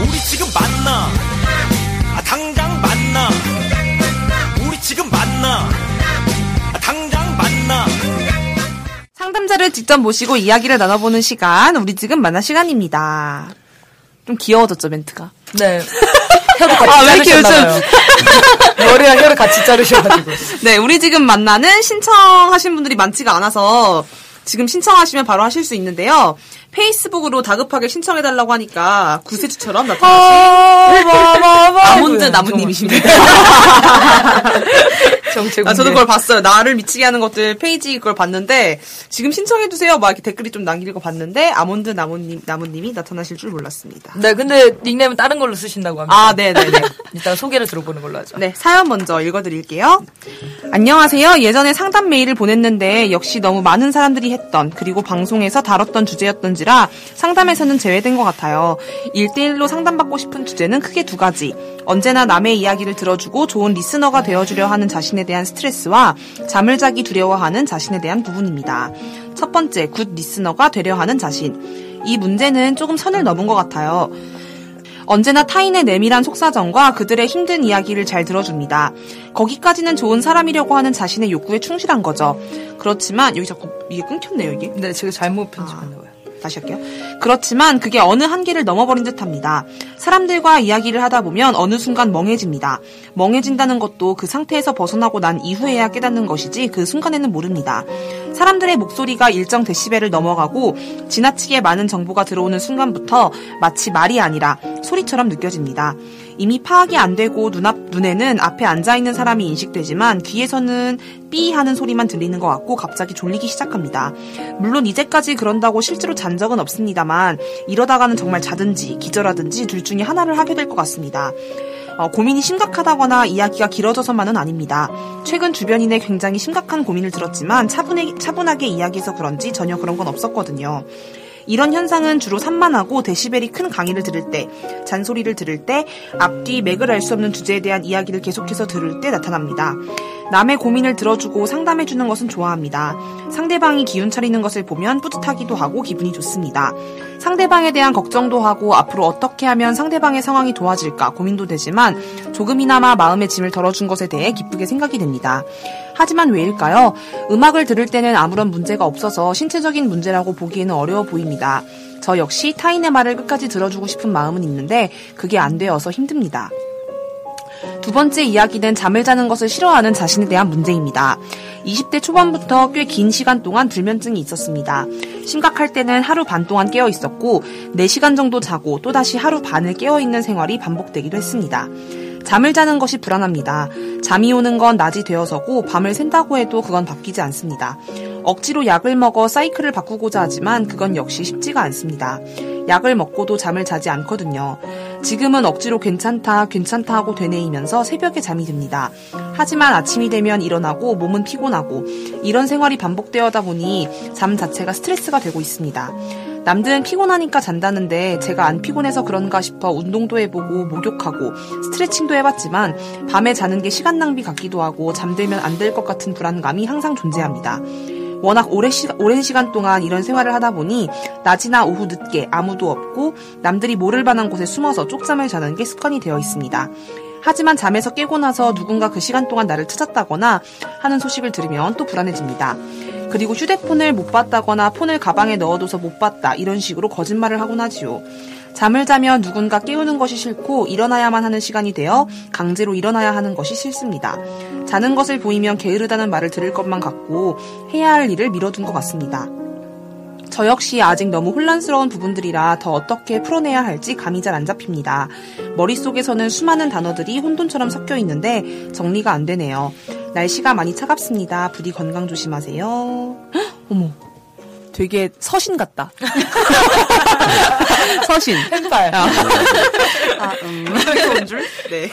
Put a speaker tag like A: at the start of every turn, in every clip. A: 우리 지금 만나 아, 당장 만나 우리 지금 만나 아, 당장 만나
B: 상담자를 직접 모시고 이야기를 나눠보는 시간, 우리 지금 만나 시간입니다. 좀 귀여워졌죠, 멘트가.
C: 네. 혀도 같이
B: 아, 왜 이렇게
C: 자르셨나봐요. 머리랑 혀를 같이 자르셔가지고.
B: 네, 우리 지금 만나는 신청하신 분들이 많지가 않아서 지금 신청하시면 바로 하실 수 있는데요. 페이스북으로 다급하게 신청해달라고 하니까 구세주처럼 나타나신 어, 뭐, 아몬드 나무님이십니다.
C: 정체
B: 아, 저도 그걸 봤어요. 나를 미치게 하는 것들 페이지 그걸 봤는데 지금 신청해주세요. 막 이렇게 댓글이 좀 남기는 거 봤는데 아몬드 나무님, 나무님이 나타나실 줄 몰랐습니다.
C: 네, 근데 닉네임은 다른 걸로 쓰신다고 합니다.
B: 아, 네네네.
C: 일단 소개를 들어보는 걸로 하죠.
B: 네, 사연 먼저 읽어드릴게요. 안녕하세요. 예전에 상담 메일을 보냈는데 역시 너무 많은 사람들이 했던 그리고 방송에서 다뤘던 주제였던지라 상담에서는 제외된 것 같아요. 일대일로 상담받고 싶은 주제는 크게 두 가지. 언제나 남의 이야기를 들어주고 좋은 리스너가 되어주려 하는 자신에 대한 스트레스와 잠을 자기 두려워하는 자신에 대한 부분입니다. 첫 번째, 굿 리스너가 되려 하는 자신. 이 문제는 조금 선을 넘은 것 같아요. 언제나 타인의 내밀한 속사정과 그들의 힘든 이야기를 잘 들어줍니다. 거기까지는 좋은 사람이려고 하는 자신의 욕구에 충실한 거죠. 그렇지만 여기 자꾸 이게 끊겼네요 이게.
C: 네, 제가 잘못 편집했나 봐요.
B: 다시 할게요. 그렇지만 그게 어느 한계를 넘어버린 듯 합니다. 사람들과 이야기를 하다 보면 어느 순간 멍해집니다. 멍해진다는 것도 그 상태에서 벗어나고 난 이후에야 깨닫는 것이지 그 순간에는 모릅니다. 사람들의 목소리가 일정 데시벨을 넘어가고 지나치게 많은 정보가 들어오는 순간부터 마치 말이 아니라 소리처럼 느껴집니다. 이미 파악이 안 되고 눈앞, 눈에는 앞에 앉아있는 사람이 인식되지만 귀에서는 삐 하는 소리만 들리는 것 같고 갑자기 졸리기 시작합니다. 물론 이제까지 그런다고 실제로 잔 적은 없습니다만 이러다가는 정말 자든지 기절하든지 둘 중에 하나를 하게 될 것 같습니다. 어, 고민이 심각하다거나 이야기가 길어져서만은 아닙니다. 최근 주변인의 굉장히 심각한 고민을 들었지만 차분해, 차분하게 이야기해서 그런지 전혀 그런 건 없었거든요. 이런 현상은 주로 산만하고 데시벨이 큰 강의를 들을 때, 잔소리를 들을 때, 앞뒤 맥을 알 수 없는 주제에 대한 이야기를 계속해서 들을 때 나타납니다. 남의 고민을 들어주고 상담해주는 것은 좋아합니다. 상대방이 기운 차리는 것을 보면 뿌듯하기도 하고 기분이 좋습니다. 상대방에 대한 걱정도 하고 앞으로 어떻게 하면 상대방의 상황이 도와질까 고민도 되지만 조금이나마 마음의 짐을 덜어준 것에 대해 기쁘게 생각이 됩니다. 하지만 왜일까요? 음악을 들을 때는 아무런 문제가 없어서 신체적인 문제라고 보기에는 어려워 보입니다. 저 역시 타인의 말을 끝까지 들어주고 싶은 마음은 있는데 그게 안 되어서 힘듭니다. 두 번째 이야기는 잠을 자는 것을 싫어하는 자신에 대한 문제입니다. 20대 초반부터 꽤 긴 시간 동안 불면증이 있었습니다. 심각할 때는 하루 반 동안 깨어 있었고, 4시간 정도 자고 또다시 하루 반을 깨어 있는 생활이 반복되기도 했습니다. 잠을 자는 것이 불안합니다. 잠이 오는 건 낮이 되어서고 밤을 샌다고 해도 그건 바뀌지 않습니다. 억지로 약을 먹어 사이클을 바꾸고자 하지만 그건 역시 쉽지가 않습니다. 약을 먹고도 잠을 자지 않거든요. 지금은 억지로 괜찮다, 괜찮다 하고 되뇌이면서 새벽에 잠이 듭니다. 하지만 아침이 되면 일어나고 몸은 피곤하고 이런 생활이 반복되어다 보니 잠 자체가 스트레스가 되고 있습니다. 남들은 피곤하니까 잔다는데 제가 안 피곤해서 그런가 싶어 운동도 해보고 목욕하고 스트레칭도 해봤지만 밤에 자는 게 시간 낭비 같기도 하고 잠들면 안 될 것 같은 불안감이 항상 존재합니다. 워낙 오랜, 시, 간 동안 이런 생활을 하다 보니 낮이나 오후 늦게 아무도 없고 남들이 모를 만한 곳에 숨어서 쪽잠을 자는 게 습관이 되어 있습니다. 하지만 잠에서 깨고 나서 누군가 그 시간 동안 나를 찾았다거나 하는 소식을 들으면 또 불안해집니다. 그리고 휴대폰을 못 봤다거나 폰을 가방에 넣어둬서 못 봤다 이런 식으로 거짓말을 하곤 하지요. 잠을 자면 누군가 깨우는 것이 싫고 일어나야만 하는 시간이 되어 강제로 일어나야 하는 것이 싫습니다. 자는 것을 보이면 게으르다는 말을 들을 것만 같고 해야 할 일을 미뤄둔 것 같습니다. 저 역시 아직 너무 혼란스러운 부분들이라 더 어떻게 풀어내야 할지 감이 잘 안 잡힙니다. 머릿속에서는 수많은 단어들이 혼돈처럼 섞여 있는데 정리가 안 되네요. 날씨가 많이 차갑습니다. 부디 건강 조심하세요. 헉, 어머,
D: 되게 서신 같다. 서신.
C: 팬팔.
D: 아.
B: 아, 음. 온 줄? 네.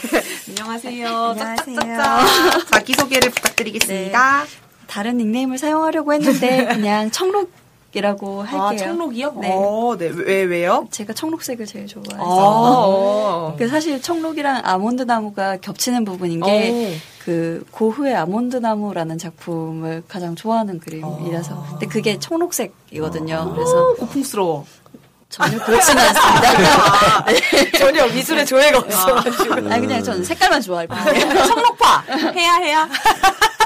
B: 안녕하세요. 짝짝짝짝. 네. 자기소개를 부탁드리겠습니다.
E: 다른 닉네임을 사용하려고 했는데 그냥 청록이라고 할게요.
B: 네. 아, 청록이요?
E: 네.
B: 어, 네. 왜, 왜요?
E: 제가 청록색을 제일 좋아해서.
B: 어.
E: 그 사실 청록이랑 아몬드 나무가 겹치는 부분인
B: 어.
E: 게 그 고흐의 아몬드 나무라는 작품을 가장 좋아하는 그림이라서. 근데 그게
B: 아.
E: 청록색이거든요. 그래서
B: 고풍스러워.
E: 전혀 그렇지는
B: 아.
E: 않습니다.
B: 예.
C: 전혀 미술에 조예가 없어.
E: 아 그냥 저는 색깔만 좋아할 뿐이에요.
B: 청록파! 해야, 해야.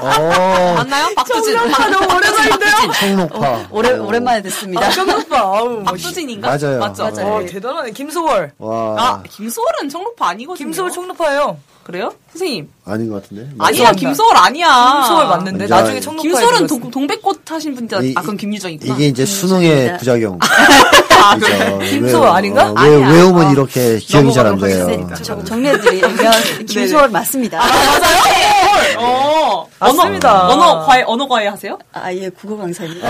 F: 어,
B: 맞나요? 박두진. 너무 오래전인데요? 아.
F: 청록파.
E: 오래 오랜만에 듣습니다.
C: 청록파. 아우.
B: 박두진인가?
F: 맞아요.
B: 맞죠?
F: 맞아요.
C: 어, 대단하네. 김소월.
F: 와,
B: 아, 김소월은 청록파 아니거든요.
C: 김소월 청록파예요.
B: 그래요? 선생님.
F: 아닌 것 같은데. 맞-
B: 아니야, 김소월 아니야.
C: 김소월 맞는데
F: 맞아요.
C: 나중에 청록파.
B: 김소월은 동, 동백꽃 하신 분이다.
F: 이-
B: 아, 그럼 김유정이구나.
F: 이게 이제 수능의 부작용. 그죠.
C: 김소월
F: 왜-
C: 아닌가?
F: 어, 왜,
B: 아니야.
F: 왜 오면 이렇게 기억이 잘 안
B: 넘어가도록
F: 돼요.
E: 저
B: 네,
E: 정리해드리면 김소월 맞습니다.
B: 아. 맞아요? 어.
C: 맞습니다.
B: 언어 과외, 언어 과외 하세요?
E: 아 예 국어 강사입니다.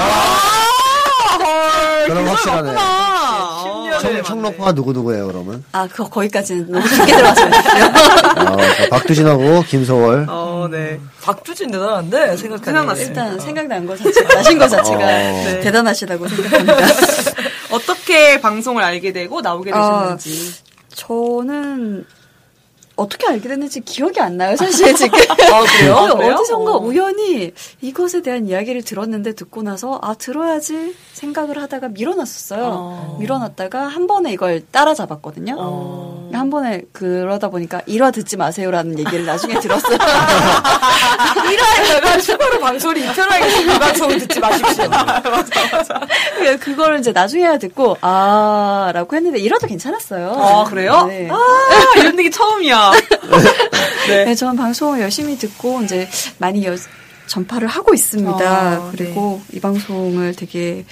F: 그럼 확실하네.
B: 아,
F: 청, 청록파 누구누구예요, 그러면?
E: 아, 그거 거기까지는 너무 쉽게 들어가서
B: 네,
F: 아, 그러니까 박두진하고 김소월.
B: 어, 네.
C: 박주진 대단한데 생각해. 생각났어요.
E: 일단 생각난 거 자체가, 나신 거 자체가
F: 어. 네.
E: 대단하시다고 생각합니다.
B: 어떻게 방송을 알게 되고 나오게
E: 아,
B: 되셨는지.
E: 저는 어떻게 알게 됐는지 기억이 안 나요, 사실 지금.
B: 아, 그래요?
E: 그
B: 그래요?
E: 어디선가
B: 어.
E: 우연히 이것에 대한 이야기를 들었는데 듣고 나서 아 들어야지 생각을 하다가 밀어놨었어요. 밀어놨다가 한 번에 이걸 따라잡았거든요.
B: 어.
E: 한 번에 그러다 보니까 일화 듣지 마세요라는 얘기를 나중에 들었어요.
C: 일화에 아, 추가로 방송을 입혀놔야겠어. 이 방송을 듣지 마십시오.
B: 아,
E: 그- 그거를 이제 나중에야 듣고 아라고 했는데 이러도 괜찮았어요.
B: 아, 그래요?
E: 네.
B: 아, 이런 얘기 처음이야.
E: 네, 저는 방송을 열심히 듣고 이제 많이 여- 전파를 하고 있습니다.
B: 아,
E: 그리고 이 방송을 되게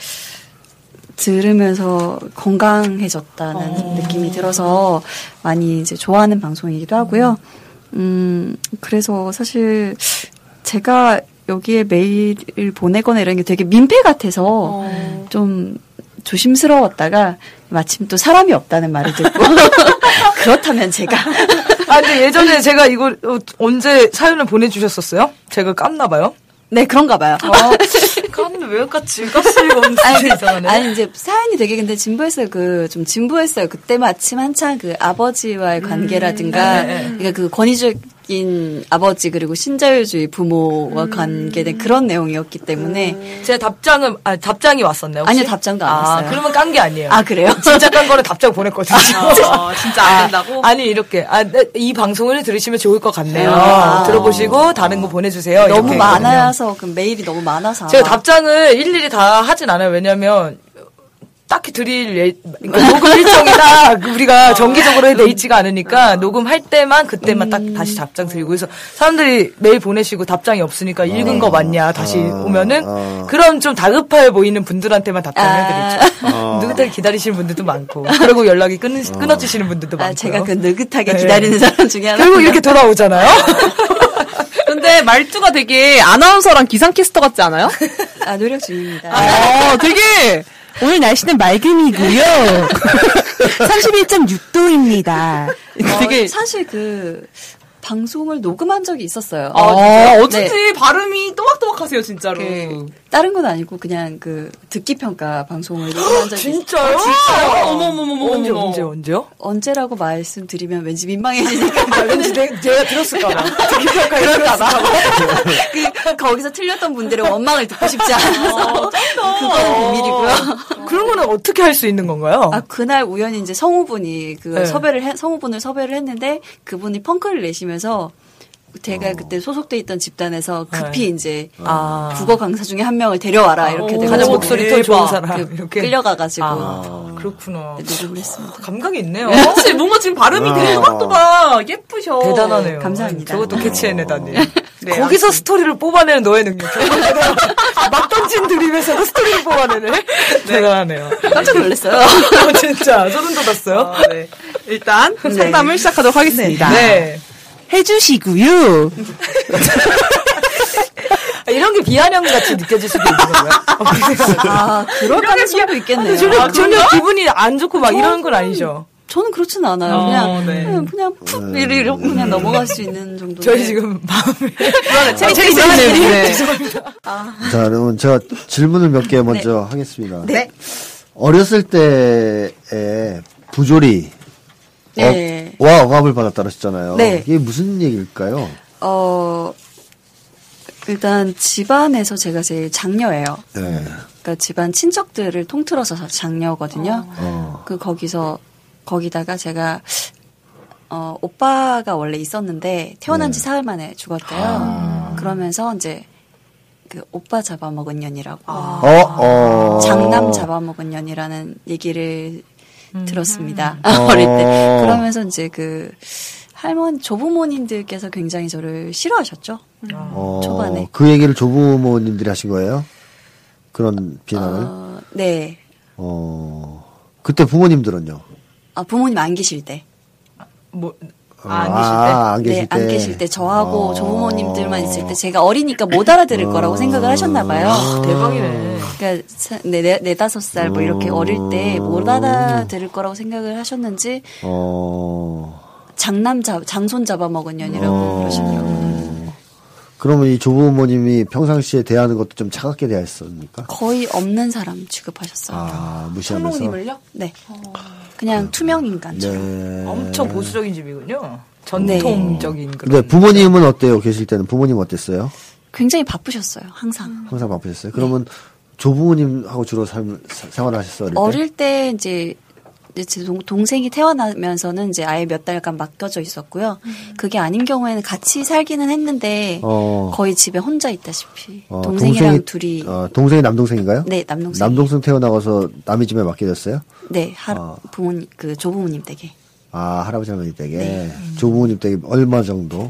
E: 들으면서 건강해졌다는 느낌이 들어서 많이 이제 좋아하는 방송이기도 하고요. 음, 그래서 사실 제가 여기에 메일을 보내거나 이런 게 되게 민폐 같아서 좀 조심스러웠다가 마침 또 사람이 없다는 말을 듣고 그렇다면 제가
C: 아, 근데 예전에 제가 이거 어, 언제 사연을 보내주셨었어요? 제가 깠나봐요.
E: 네 그런가 봐요.
C: 어,
B: 아,
C: 깠는데 왜 깠지? 깠을 건데.
E: 아니, 그-
C: 이상하네.
E: 아니, 이제 사연이 되게 근데 진부했어요. 그, 좀 진부했어요. 그때 마침 한창 그
C: 음.
E: 아버지와의
C: 네,
E: 관계라든가, 그러니까 그 권위적인 아버지 그리고 신자유주의
C: 음.
E: 부모와 관계된 그런 내용이었기 때문에.
C: 제 답장은 아, 답장이 왔었나요? 혹시?
E: 아니요, 답장도 안
C: 아,
E: 왔어요.
C: 그러면 깐 게 아니에요.
E: 아, 그래요?
C: 진짜 깐 거를 답장 보냈거든요.
B: 어, 진짜 안 된다고?
C: 아니 이렇게 아, 네, 이 방송을 들으시면 좋을 것 같네요.
E: 아.
C: 들어보시고 다른 거 보내주세요.
E: 너무
C: 이렇게
E: 많아서, 그 메일이 너무 많아서.
C: 제가 답장을 일일이 다 하진 않아요. 왜냐면 딱히 드릴 예, 그러니까 녹음 일정이나 그
D: 아.
C: 우리가 정기적으로 돼 있지가 않으니까 녹음할 때만 그때만 딱 다시 답장 드리고 그래서 사람들이 메일 보내시고 답장이
D: 아.
C: 없으니까 읽은 거 맞냐 다시
F: 아,
C: 오면은
F: 아.
C: 그런 좀 다급해 보이는 분들한테만 답장을
E: 아.
C: 드리죠. 누구들 기다리시는 분들도 많고 그리고 연락이 끊, 끊어지시는 분들도
E: 아,
C: 많고
E: 제가 그 느긋하게 기다리는 사람 중에 하나.
C: 네. 결국 이렇게 돌아오잖아요.
D: 근데 말투가 되게 아나운서랑 기상캐스터 같지 않아요?
E: 아, 노력 중입니다.
D: 어, 되게
G: 오늘 날씨는 맑음이고요. 31.6도입니다.
E: 어,
D: 되게-
E: 사실 그, 방송을 녹음한 적이 있었어요.
C: 아,
D: 어,
E: 네.
D: 어쩐지 발음이 또박또박하세요 진짜로.
E: 그 다른 건 아니고 그냥 그 듣기 평가 방송을 녹음한 적이 있-
C: 진짜요? 진짜요?
D: 어머 어머 어머 어머,
C: 언제
D: 어머
C: 언제 언제요?
E: 언제라고 말씀드리면 왠지 민망해지니까
C: 아, 왠지 내, 제가 아, 들었을까봐. 듣기평가 들었을까봐. 어,
E: 그 거기서 틀렸던 분들의 원망을 듣고 싶지 않아서 그건 비밀이고요.
C: 그런 거는 어떻게 할 수 있는 건가요?
E: 아 그날 우연히 이제 성우분이 그
C: 네.
E: 섭외를 해, 성우분을 섭외를 했는데 그분이 펑크를 내시면서 제가 그때 소속돼 있던 집단에서 급히 이제
C: 어. 네. 아.
E: 국어 강사 중에 한 명을 데려와라 이렇게 돼가지고
C: 가장 목소리 더 좋은 사람.
E: 그
C: 이렇게.
E: 끌려가가지고
C: 아, 그렇구나.
E: 녹음을 했습니다.
C: 감각이 있네요.
B: 그렇지 뭔가 지금 발음이 되게 또박또박 예쁘셔.
C: 대단하네요.
E: 감사합니다.
C: 저것도 캐치해내다니.
B: 네,
C: 거기서 스토리를 뽑아내는 너의 능력. 막 던진 드립에서도 스토리를 뽑아내네. 대단하네요.
E: 깜짝 놀랐어요.
C: 아, 진짜 소름 돋았어요.
B: 아, 네. 일단 상담을 시작하도록 하겠습니다.
C: 네.
G: 해주시고요.
C: 아, 이런 게 비아냥 같이 느껴질 수도 있더라고요.
E: 아, 그럴 가능성도 있겠네요. 아,
C: 전혀, 전혀 기분이 안 좋고 막 이런 건 아니죠.
E: 저는 그렇진 않아요.
B: 어,
E: 그냥, 음,
B: 네.
E: 그냥, 그냥 푹, 이렇게 그냥 넘어갈 수 있는 정도.
C: 저희 지금 마음에 아,
D: 책이 있는데.
F: 자, 그러면 제가 질문을 몇 개 먼저 하겠습니다. 어렸을 때의 부조리.
E: 네.
F: 어, 와, 억압을 받았다 그러셨잖아요.
E: 네.
F: 이게 무슨 얘기일까요?
E: 어, 일단 집안에서 제가 제일 장녀예요.
F: 네.
E: 그러니까 집안 친척들을 통틀어서 장녀거든요.
F: 어.
E: 그 거기서 거기다가 제가 어, 오빠가 원래 있었는데 태어난 지 사흘 만에 죽었대요. 그러면서 이제 그 오빠 잡아먹은 년이라고
F: 어, 어.
E: 장남 잡아먹은 년이라는 얘기를
C: 음.
E: 들었습니다.
F: 어.
E: 어릴 때 그러면서 이제 그 할머니 조부모님들께서 굉장히 저를 싫어하셨죠.
C: 음.
F: 어,
E: 초반에.
F: 그 얘기를 조부모님들이 하신 거예요? 그런 비난을? 어.
E: 어, 네.
F: 그때 부모님들은요?
E: 아, 부모님 안 계실 때.
C: 뭐
F: 아, 안 계실
E: 네,
F: 때.
E: 안 계실 때 저하고
F: 어.
E: 조부모님들만 있을 때 제가 어리니까 못 알아들을 거라고 생각을 하셨나 봐요.
C: 아, 대박이네.
E: 그러니까 사- 네, 네, 네 다섯 살 뭐 이렇게 어릴 때 못 알아들을 거라고 생각을 하셨는지
F: 어.
E: 장남 잡 장손 잡아먹은 년이라고 그러시더라고요.
F: 어. 그러면 이 조부모님이 평상시에 대하는 것도 좀 차갑게 대했습니까?
E: 거의 없는 사람 취급하셨어요.
F: 아, 무시하면서.
B: 성룡님을요?
E: 네. 그냥 투명 인간처럼.
F: 네.
C: 엄청 보수적인 집이군요. 전통적인
F: 어. 근데
C: 그런.
F: 네, 부모님은 어때요? 계실 때는 부모님 어땠어요?
E: 굉장히 바쁘셨어요. 항상.
F: 항상 바쁘셨어요? 그러면 조부모님하고 주로 삶, 사- 생활하셨어요? 어릴 때?
E: 네. 어릴 때 이제 이제 제 동- 동생이 태어나면서는 이제 아예 몇 달간 맡겨져 있었고요. 그게 아닌 경우에는 같이 살기는 했는데
F: 어.
E: 거의 집에 혼자 있다시피
F: 어,
E: 동생이랑 둘이
F: 어, 동생이 남동생인가요?
E: 네 남동생
F: 남동생 태어나가서 남의 집에 맡게 됐어요?
E: 네 할-
F: 어.
E: 부모님 그 조부모님 댁에
F: 아, 할아버지 할머니 댁에.
E: 네.
F: 조부모님 댁에 얼마 정도?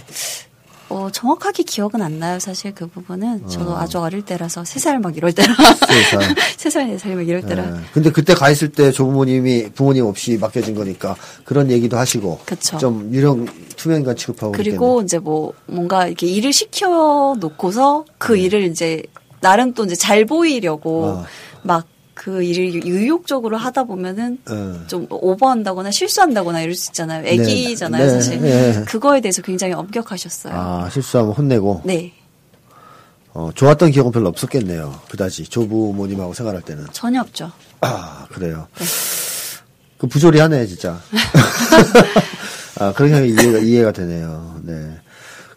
E: 어 정확하게 기억은 안 나요 사실 그 부분은 저도 아주 어릴 때라서 세 살 막 이럴 때라
F: 세 살.
E: 세살네살막 이럴 때라
F: 예. 근데 그때 가 있을 때 조부모님이 부모님 없이 맡겨진 거니까 그런 얘기도 하시고
E: 그쵸.
F: 좀 유령 투명인간 취급하고
E: 그리고 이제 뭐 뭔가 이렇게 일을 시켜 놓고서 그 일을 이제 나름 또 이제 잘 보이려고
F: 네. 아.
E: 막 그 일을 의욕적으로 하다 보면은
F: 어.
E: 좀 오버한다거나 실수한다거나 이럴 수 있잖아요. 애기잖아요,
F: 네,
E: 사실.
F: 네.
E: 그거에 대해서 굉장히 엄격하셨어요.
F: 아 실수하면 혼내고
E: 네.
F: 어, 좋았던 기억은 별로 없었겠네요. 그다지 조부모님하고 생활할 때는
E: 전혀 없죠.
F: 아 그래요. 그 부조리하네 진짜. 아 그런 형이 이해가 이해가 되네요. 네.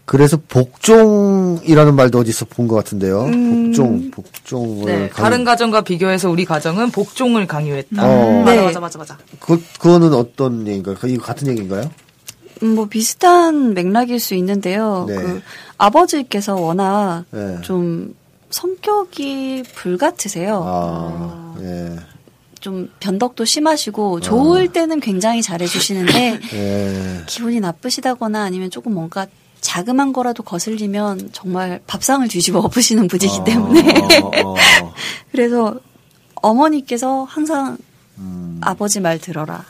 F: 그래서 복종이라는 말도 어디서 본 것 같은데요.
E: 음.
F: 복종, 복종을
C: 네,
F: 강-
C: 다른 가정과 비교해서 우리 가정은 복종을 강요했다.
F: 어,
E: 네.
B: 음, 맞아 맞아 맞아.
F: 그 그거는 어떤 얘기인가요? 그 이거 같은 얘기인가요?
E: 음, 뭐 비슷한 맥락일 수 있는데요.
F: 네.
E: 그 아버지께서 워낙
F: 네.
E: 좀 성격이 불같으세요. 어.
F: 아, 예.
E: 좀 변덕도 심하시고 좋을 때는 굉장히 잘해주시는데
F: 예.
E: 기분이 나쁘시다거나 아니면 조금 뭔가 자그만 거라도 거슬리면 정말 밥상을 뒤집어 엎으시는 분이기 때문에
F: 아, 어, 어, 어.
E: 그래서 어머니께서 항상
F: 음.
E: 아버지 말 들어라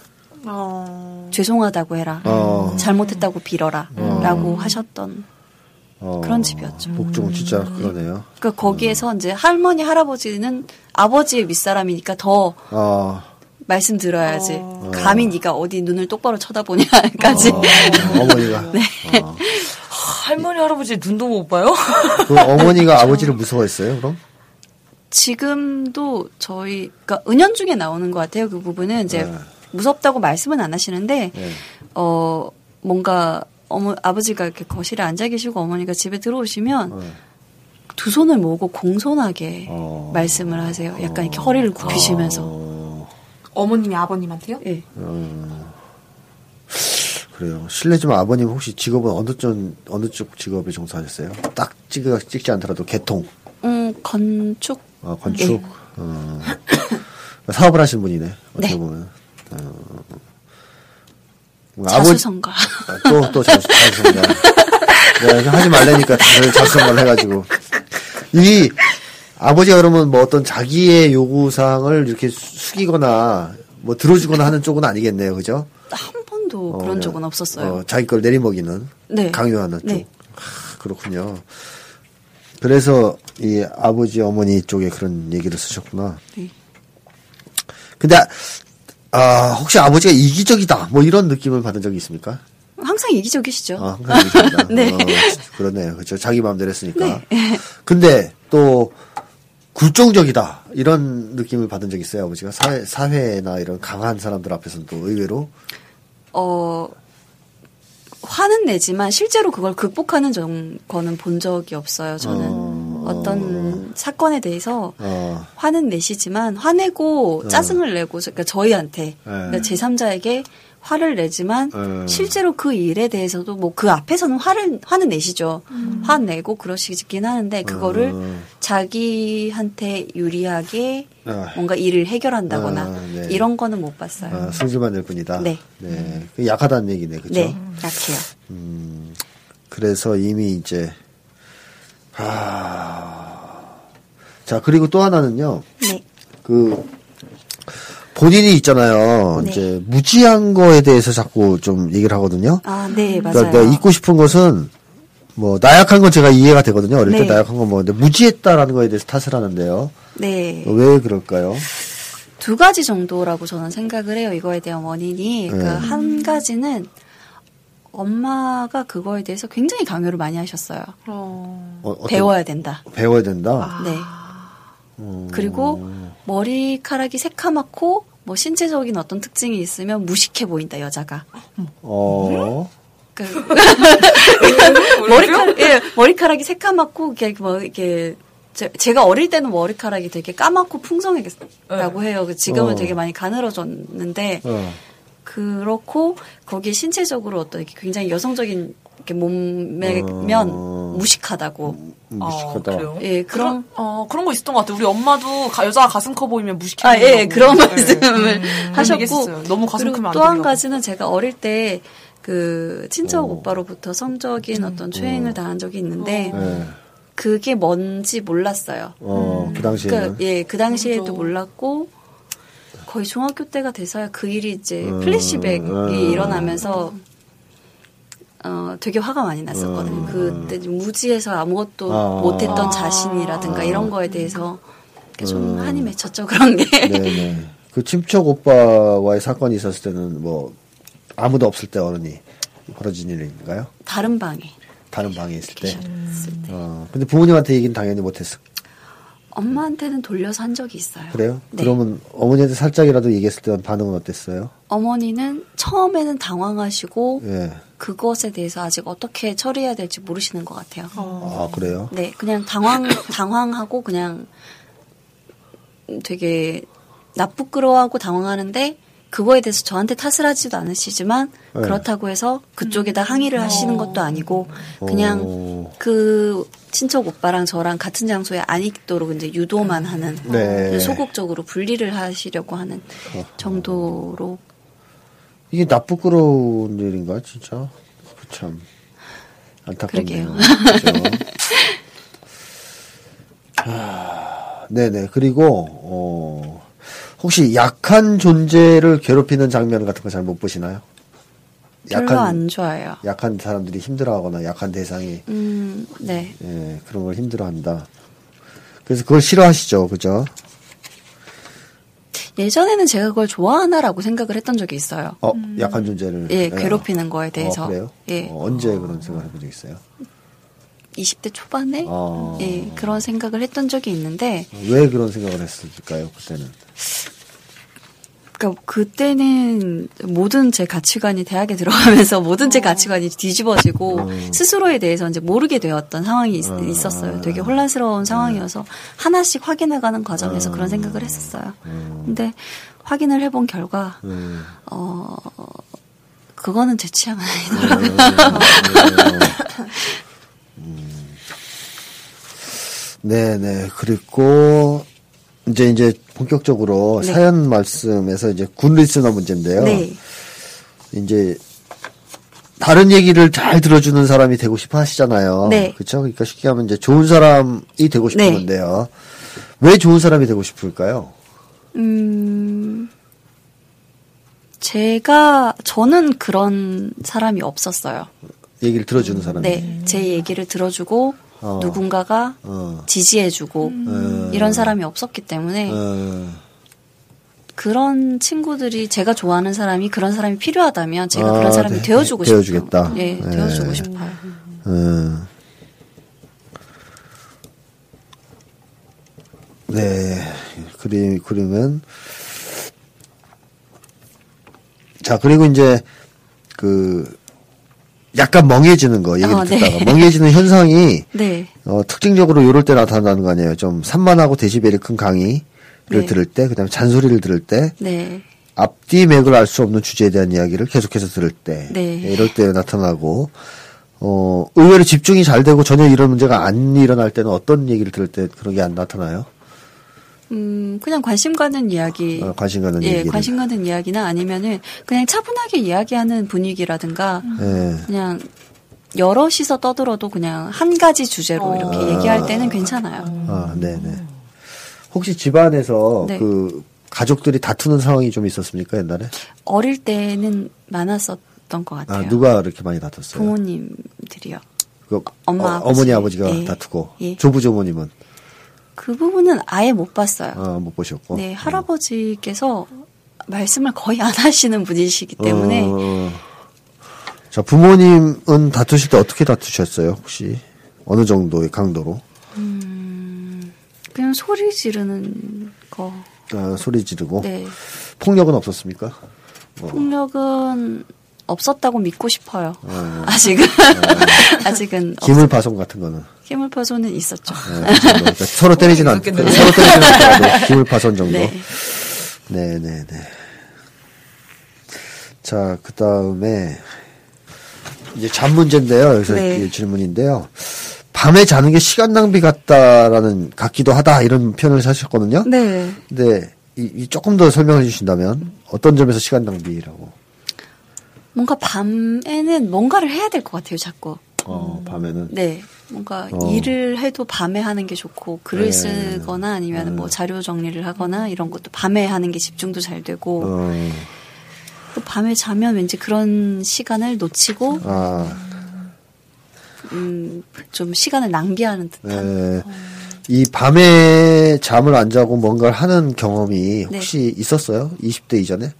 E: 죄송하다고 해라
F: 어.
E: 잘못했다고 빌어라 라고 하셨던
F: 어,
E: 그런 집이었죠.
F: 복종 진짜 그러네요.
E: 그 거기에서 이제 할머니 할아버지는 아버지의 윗사람이니까 더
F: 아,
E: 말씀 들어야지 감히 네가 어디 눈을 똑바로 쳐다보냐까지
F: 아,
E: 네.
F: 어머니가
C: 할머니 할아버지 눈도 못 봐요.
F: 그 어머니가 아버지를 무서워했어요. 그럼
E: 지금도 저희 그러니까 은연중에 나오는 것 같아요. 그 부분은 이제
F: 네.
E: 무섭다고 말씀은 안 하시는데
F: 네.
E: 어 뭔가 어머 아버지가 이렇게 거실에 앉아 계시고 어머니가 집에 들어오시면
F: 네.
E: 두 손을 모으고 공손하게
F: 어.
E: 말씀을 하세요. 약간 이렇게 허리를 굽히시면서
F: 어,
B: 어머님이 아버님한테요?
E: 예.
F: 그래요. 실례지만 아버님 혹시 직업은 어느 쪽 어느 쪽 직업에 종사하셨어요? 딱 찍어 찍지 않더라도 개통,
E: 음 건축
F: 어, 건축,
E: 네.
F: 어, 사업을 하신 분이네. 어떻게
E: 네.
F: 보면. 어,
E: 자수성가
F: 아, 또, 또 자수, 자수성가. 네, 하지 말라니까 다들 자수성가를 해가지고. 이, 아버지가 그러면 뭐 어떤 자기의 요구사항을 이렇게 수- 숙이거나 뭐 들어주거나 하는 쪽은 아니겠네요. 그죠?
E: 한 번도
F: 어,
E: 그런
F: 네.
E: 적은 없었어요.
F: 어, 자기 걸 내리먹이는.
E: 네.
F: 강요하는 쪽.
E: 네.
F: 하, 그렇군요. 그래서 이 아버지 어머니 쪽에 그런 얘기를 쓰셨구나.
E: 네.
F: 근데 아, 아, 혹시 아버지가 이기적이다 뭐 이런 느낌을 받은 적이 있습니까?
E: 항상 이기적이시죠.
F: 아, 항상 이기적이다.
E: 네.
F: 어, 그러네요. 그렇죠. 자기 마음대로 했으니까. 근데 또 굴종적이다 이런 느낌을 받은 적이 있어요. 아버지가 사회, 사회나 이런 강한 사람들 앞에서는 또 의외로
E: 어, 화는 내지만 실제로 그걸 극복하는 정, 거는 본 적이 없어요. 저는
F: 어.
E: 어, 떤 사건에 대해서
F: 어,
E: 화는 내시지만 화내고 짜증을 내고 그러니까 저희한테
F: 네.
E: 그러니까 제3자에게 화를 내지만
F: 음.
E: 실제로 그 일에 대해서도 뭐 그 앞에서는 화를 화는 내시죠. 화내고 그러시긴 하는데 그거를
F: 음.
E: 자기한테 유리하게
F: 아.
E: 뭔가 일을 해결한다거나
F: 아, 네.
E: 이런 거는 못 봤어요.
F: 아, 승질만 낼 뿐이다.
E: 네.
F: 네. 그 약하다는 얘기네, 그렇죠?
E: 네, 약해요.
F: 그래서 이미 이제 아. 자, 그리고 또 하나는요.
E: 네.
F: 그 본인이 있잖아요.
E: 네.
F: 이제 무지한 거에 대해서 자꾸 좀 얘기를 하거든요.
E: 아, 네, 맞아요.
F: 그러니까 내가 잊고 싶은 것은 뭐 나약한 건 제가 이해가 되거든요. 어릴 때
E: 네.
F: 나약한 건 뭐는데 무지했다라는 거에 대해서 탓을 하는데요.
E: 네.
F: 왜 그럴까요?
E: 두 가지 정도라고 저는 생각을 해요. 이거에 대한 원인이.
F: 네.
E: 그 한 가지는 엄마가 그거에 대해서 굉장히 강요를 많이 하셨어요.
F: 어, 어떤-
E: 배워야 된다.
F: 배워야 된다.
E: 네.
F: 음.
E: 그리고 머리카락이 새카맣고 뭐 신체적인 어떤 특징이 있으면 무식해 보인다 여자가.
F: 어.
E: 그 머리카락 예, 머리카락이 새카맣고 이게 뭐 이게 제, 제가 어릴 때는 머리카락이 되게 까맣고 풍성했다고 해요. 그 지금은
F: 어.
E: 되게 많이 가늘어졌는데
F: 어.
E: 그렇고 거기에 신체적으로 어떤 이렇게 굉장히 여성적인 이렇게 몸매면
F: 어. 음.
E: 무식하다고.
F: 무식하다.
C: 아,
E: 예, 그런
D: 어, 그런 거 있었던 것 같아요. 우리 엄마도 가- 여자가 가슴 커 보이면 무식해.
E: 아, 예,
D: 보인다고. 예.
E: 그런
C: 네.
E: 말씀을
D: 얘기했었어요.
E: 하셨고.
D: 너무 가슴
E: 그리고
D: 크면 안
E: 또 한
D: 된다고.
E: 가지는 제가 어릴 때, 그,
F: 어.
E: 친척 오빠로부터 성적인 어떤 최행을 당한 적이 있는데,
F: 음. 네.
E: 그게 뭔지 몰랐어요.
F: 어, 그 당시에는.
E: 그니까, 예, 그 당시에도 몰랐고, 거의 중학교 때가 돼서야 그 일이 이제 플래시백이
F: 음.
E: 일어나면서, 어, 되게 화가 많이 났었거든요. 그때 좀 무지해서 아무것도
F: 음. 아.
E: 못했던 자신이라든가 이런 거에 대해서 이렇게 좀 한이 맺혔죠, 그런 게.
F: 음. 네네. 그 침척 오빠와의 사건이 있었을 때는 뭐 아무도 없을 때 어른이 벌어진 일인가요?
E: 다른 방에.
F: 다른 방에 있을 때.
E: 그렇죠. 있을 때.
F: 어, 근데 부모님한테 얘기는 당연히 못했어.
E: 엄마한테는 돌려서 한 적이 있어요.
F: 그래요?
E: 네.
F: 그러면 어머니한테 살짝이라도 얘기했을 때 반응은 어땠어요?
E: 어머니는 처음에는 당황하시고
F: 예.
E: 그것에 대해서 아직 어떻게 처리해야 될지 모르시는 것 같아요.
F: 아 그래요?
E: 네, 그냥 당황 당황하고 그냥 되게 나쁘끄러워하고 당황하는데 그거에 대해서 저한테 탓을 하지도 않으시지만
F: 네.
E: 그렇다고 해서 그쪽에다 항의를 하시는 것도 아니고 그냥
F: 오.
E: 그 친척 오빠랑 저랑 같은 장소에 안 있도록 이제 유도만 하는
F: 네.
E: 소극적으로 분리를 하시려고 하는 정도로
F: 이게 나쁘끄러운 일인가 진짜? 그참
E: 그러게요.
F: 안타깝네요. 그죠? 아, 네네. 그리고 어, 혹시 약한 존재를 괴롭히는 장면 같은 거 잘 못 보시나요?
E: 별로 안 좋아해요.
F: 약한 사람들이 힘들어하거나 약한 대상이
E: 음, 네.
F: 예, 그런 걸 힘들어한다. 그래서 그걸 싫어하시죠, 그죠?
E: 예전에는 제가 그걸 좋아하나라고 생각을 했던 적이 있어요.
F: 어, 약한 존재를 네.
E: 예, 괴롭히는 거에 대해서.
F: 어, 그래요?
E: 예.
F: 어, 언제 그런 생각을 해본 적 있어요?
E: 20대 초반에
F: 아.
E: 예, 그런 생각을 했던 적이 있는데
F: 왜 그런 생각을 했을까요, 그때는?
E: 그러니까 그때는 모든 제 가치관이 대학에 들어가면서 모든 제 가치관이 뒤집어지고 스스로에 대해서 이제 모르게 되었던 상황이 있, 었어요 네. 되게 혼란스러운 상황이어서 하나씩 확인해가는 과정에서 그런 생각을 어. 했었어요. 근데 확인을 해본 결과
F: 음.
E: 어 그거는 제 취향은 아니더라고요.
F: 음. 네네. 그리고 이제 이제 본격적으로
E: 네.
F: 사연 말씀에서 이제 군 리스너 문제인데요.
E: 네,
F: 이제 다른 얘기를 잘 들어주는 사람이 되고 싶어 하시잖아요.
E: 네.
F: 그렇죠? 그러니까 쉽게 하면 이제 좋은 사람이 되고 싶은
E: 네.
F: 건데요. 왜 좋은 사람이 되고 싶을까요?
E: 음 제가 저는 그런 사람이 없었어요.
F: 얘기를 들어주는 사람이.
E: 네, 제 얘기를 들어주고
F: 음. 어.
E: 누군가가
F: 어.
E: 지지해주고
F: 음.
E: 이런 사람이 없었기 때문에
F: 어.
E: 그런 친구들이 제가 좋아하는 사람이 그런 사람이 필요하다면 제가
F: 아,
E: 그런 사람이
F: 네.
E: 되어주고 싶어요.
F: 되어주겠다.
E: 예,
F: 네.
E: 되어주고 싶어요.
F: 음. 네, 그리, 그러면. 자, 그리고 이제, 그, 약간 멍해지는 거, 얘기를
E: 아, 네.
F: 듣다가. 멍해지는 현상이,
E: 네,
F: 어, 특징적으로 요럴 때 나타나는 거 아니에요. 좀 산만하고 데시벨이 큰 강의를
E: 네.
F: 들을 때, 그 다음에 잔소리를 들을 때,
E: 네,
F: 앞뒤 맥을 알 수 없는 주제에 대한 이야기를 계속해서 들을 때
E: 네.
F: 예, 이럴 때 나타나고 어 의외로 집중이 잘 되고 전혀 이런 문제가 안 일어날 때는 어떤 얘기를 들을 때 그런 게 안 나타나요?
E: 음, 그냥 관심 가는 이야기.
F: 어, 관심 가는
E: 예,
F: 얘기를.
E: 관심 가는 이야기나 아니면은 그냥 차분하게 이야기하는 분위기라든가
F: 예.
E: 그냥 여럿이서 떠들어도 그냥 한 가지 주제로 이렇게 얘기할 때는 괜찮아요.
F: 아, 네네. 혹시 집안에서
E: 음. 네.
F: 그 가족들이 다투는 상황이 좀 있었습니까 옛날에?
E: 어릴 때는 많았었던 것
F: 아
E: 같아요.
F: 누가 그렇게 많이 다퉜어요?
E: 부모님들이요.
F: 그
E: 엄마,
F: 어, 머니
E: 아버지.
F: 아버지가
E: 예.
F: 다투고
E: 예.
F: 조부 조모님은
E: 그 부분은 아예 못 봤어요.
F: 아, 못 보셨고.
E: 네, 할아버지께서 말씀을 거의 안 하시는 분이시기 때문에
F: 어, 자 부모님은 다투실 때 어떻게 다투셨어요 혹시 어느 정도의 강도로
E: 그냥 소리 지르는 거.
F: 아, 소리 지르고
E: 네.
F: 폭력은 없었습니까? 뭐,
E: 폭력은 없었다고 믿고 싶어요. 아직은 아직은 없-
F: 어. 기물 파손 같은 거는
E: 힘을 퍼소는 있었죠.
F: 네, 그 정도. 그러니까 서로 때리진 않 서로
C: 있었겠는데.
F: 때리진 않더라도 기물 파손 정도.
E: 네.
F: 네, 네, 네. 자, 그 다음에, 이제 잠 문제인데요. 여기서
E: 네.
F: 이 질문인데요. 밤에 자는 게 시간 낭비 같다라는, 같기도 하다, 이런 표현을 하셨거든요.
E: 네.
F: 근데, 이, 이 조금 더 설명해 주신다면, 어떤 점에서 시간 낭비라고?
E: 뭔가 밤에는 뭔가를 해야 될 것 같아요, 자꾸.
F: 어, 밤에는.
E: 네. 뭔가
F: 어.
E: 일을 해도 밤에 하는 게 좋고 글을
F: 네.
E: 쓰거나 아니면 뭐 자료 정리를 하거나 이런 것도 밤에 하는 게 집중도 잘 되고
F: 어,
E: 또 밤에 자면 왠지 그런 시간을 놓치고
F: 아,
E: 음, 좀 시간을 낭비하는 듯한.
F: 네. 이 밤에 잠을 안 자고 뭔가를 하는 경험이
E: 네.
F: 혹시 있었어요? 20대 이전에?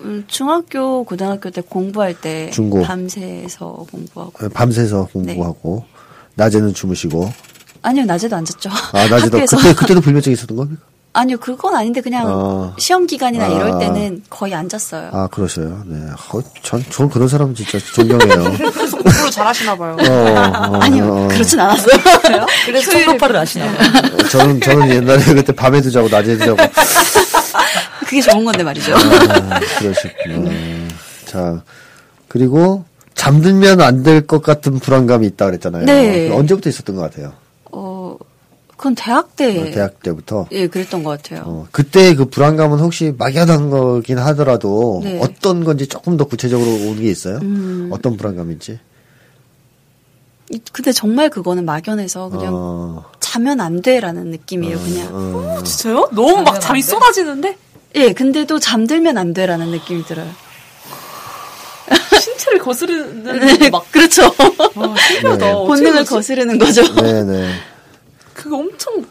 E: 음, 중학교, 고등학교 때 공부할 때
F: 중고.
E: 밤새서 공부하고
F: 어, 밤새서 공부하고
E: 네.
F: 낮에는 주무시고
E: 아니요 낮에도 앉았죠.
F: 아 낮에도
E: 학교에서
F: 그때 그때도 불면증 있었던 겁니까?
E: 아니요 그건 아닌데 그냥
F: 아.
E: 시험 기간이나
F: 아.
E: 이럴 때는 거의 앉았어요.
F: 아 그러셔요. 네, 어, 전, 전 그런 사람 진짜 존경해요.
B: 그래서 공부를 잘하시나 봐요.
F: 어, 어,
E: 니요
F: 어.
E: 그렇진 않았어요.
C: 그래서 청도파를 아시나 봐요.
F: 저는 저는 옛날에 그때 밤에도 자고 낮에도 자고
E: 그게 좋은 건데 말이죠.
F: 아, 그러셨구나.
E: 네.
F: 자 그리고 잠들면 안 될 것 같은 불안감이 있다 그랬잖아요.
E: 네.
F: 언제부터 있었던 것 같아요?
E: 어 그건 대학 때
F: 어, 대학 때부터.
E: 예 그랬던 것 같아요.
F: 어, 그때 그 불안감은 혹시 막연한 거긴 하더라도
E: 네.
F: 어떤 건지 조금 더 구체적으로 오는 게 있어요?
E: 음.
F: 어떤 불안감인지?
E: 이- 근데 정말 그거는 막연해서 그냥
F: 어,
E: 자면 안 돼라는 느낌이에요. 그냥
F: 어,
B: 진짜요? 너무 막 잠이 쏟아지는데?
E: 예 근데도 잠들면 안 돼라는 느낌이 들어요.
B: 신체를 거스르는
E: 네, 그렇죠.
B: 와, 신기하다. 어떻게
E: 본능을
B: 그러지?
E: 거스르는 거죠.
F: 네. 네네.
B: 그거 엄청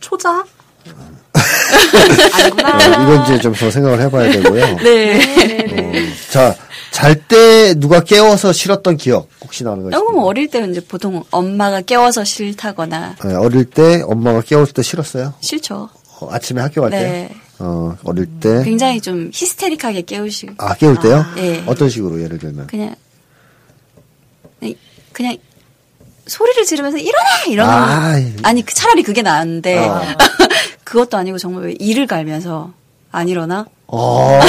B: 초자?
F: 어,
B: 아니구나.
F: 이건 이제 좀 더 생각을 해봐야 되고요.
E: 네.
F: 어, 자, 잘 때 누가 깨워서 싫었던 기억 혹시 나는 거있
E: 조금
F: 요
E: 어릴 때 이제 보통 엄마가 깨워서 싫다거나
F: 네, 어릴 때 엄마가 깨울 때 싫었어요?
E: 싫죠.
F: 어, 아침에 학교 갈 때?
E: 네.
F: 어, 어릴 때?
E: 굉장히 좀 히스테릭하게 깨우시고
F: 아, 깨울 때요?
E: 예.
F: 어떤 식으로 예를 들면?
E: 그냥 그냥 소리를 지르면서 일어나 이러는
F: 아, 이-
E: 아니 그 차라리 그게 나은데
F: 어.
E: 그것도 아니고 정말 왜 이를 갈면서 안 일어나
F: 어,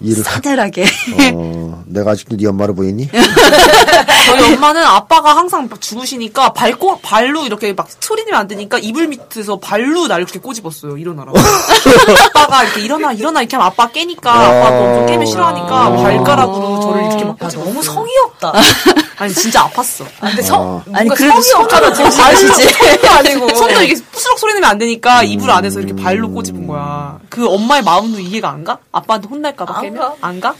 F: 일을 하-
E: 사늘하게
F: 어, 내가 아직도 네 엄마를 보이니?
B: 저희 엄마는 아빠가 항상 막 주무시니까 발코, 발로 이렇게 막 소리내면 안 되니까 이불 밑에서 발로 날 이렇게 꼬집었어요. 일어나라고. 아빠가 이렇게 일어나, 일어나 이렇게 하면 아빠 깨니까 아빠가 엄청 깨면 싫어하니까 발가락으로 저를 이렇게
C: 아,
B: 막 꼬집어. 너무 성의 없다. 아니, 진짜 아팠어.
C: 근데 성,
E: 아니,
C: 뭔가
E: 그래도
C: 성의 없잖아, 지금.
B: 아시지? 손도 아니고. 손도 이게 부스럭 소리 내면 안 되니까 이불 안에서 이렇게 발로 꼬집은 거야. 그 엄마의 마음도 이해가 안 가? 아빠한테 혼날까봐
E: 되면
B: 안 가?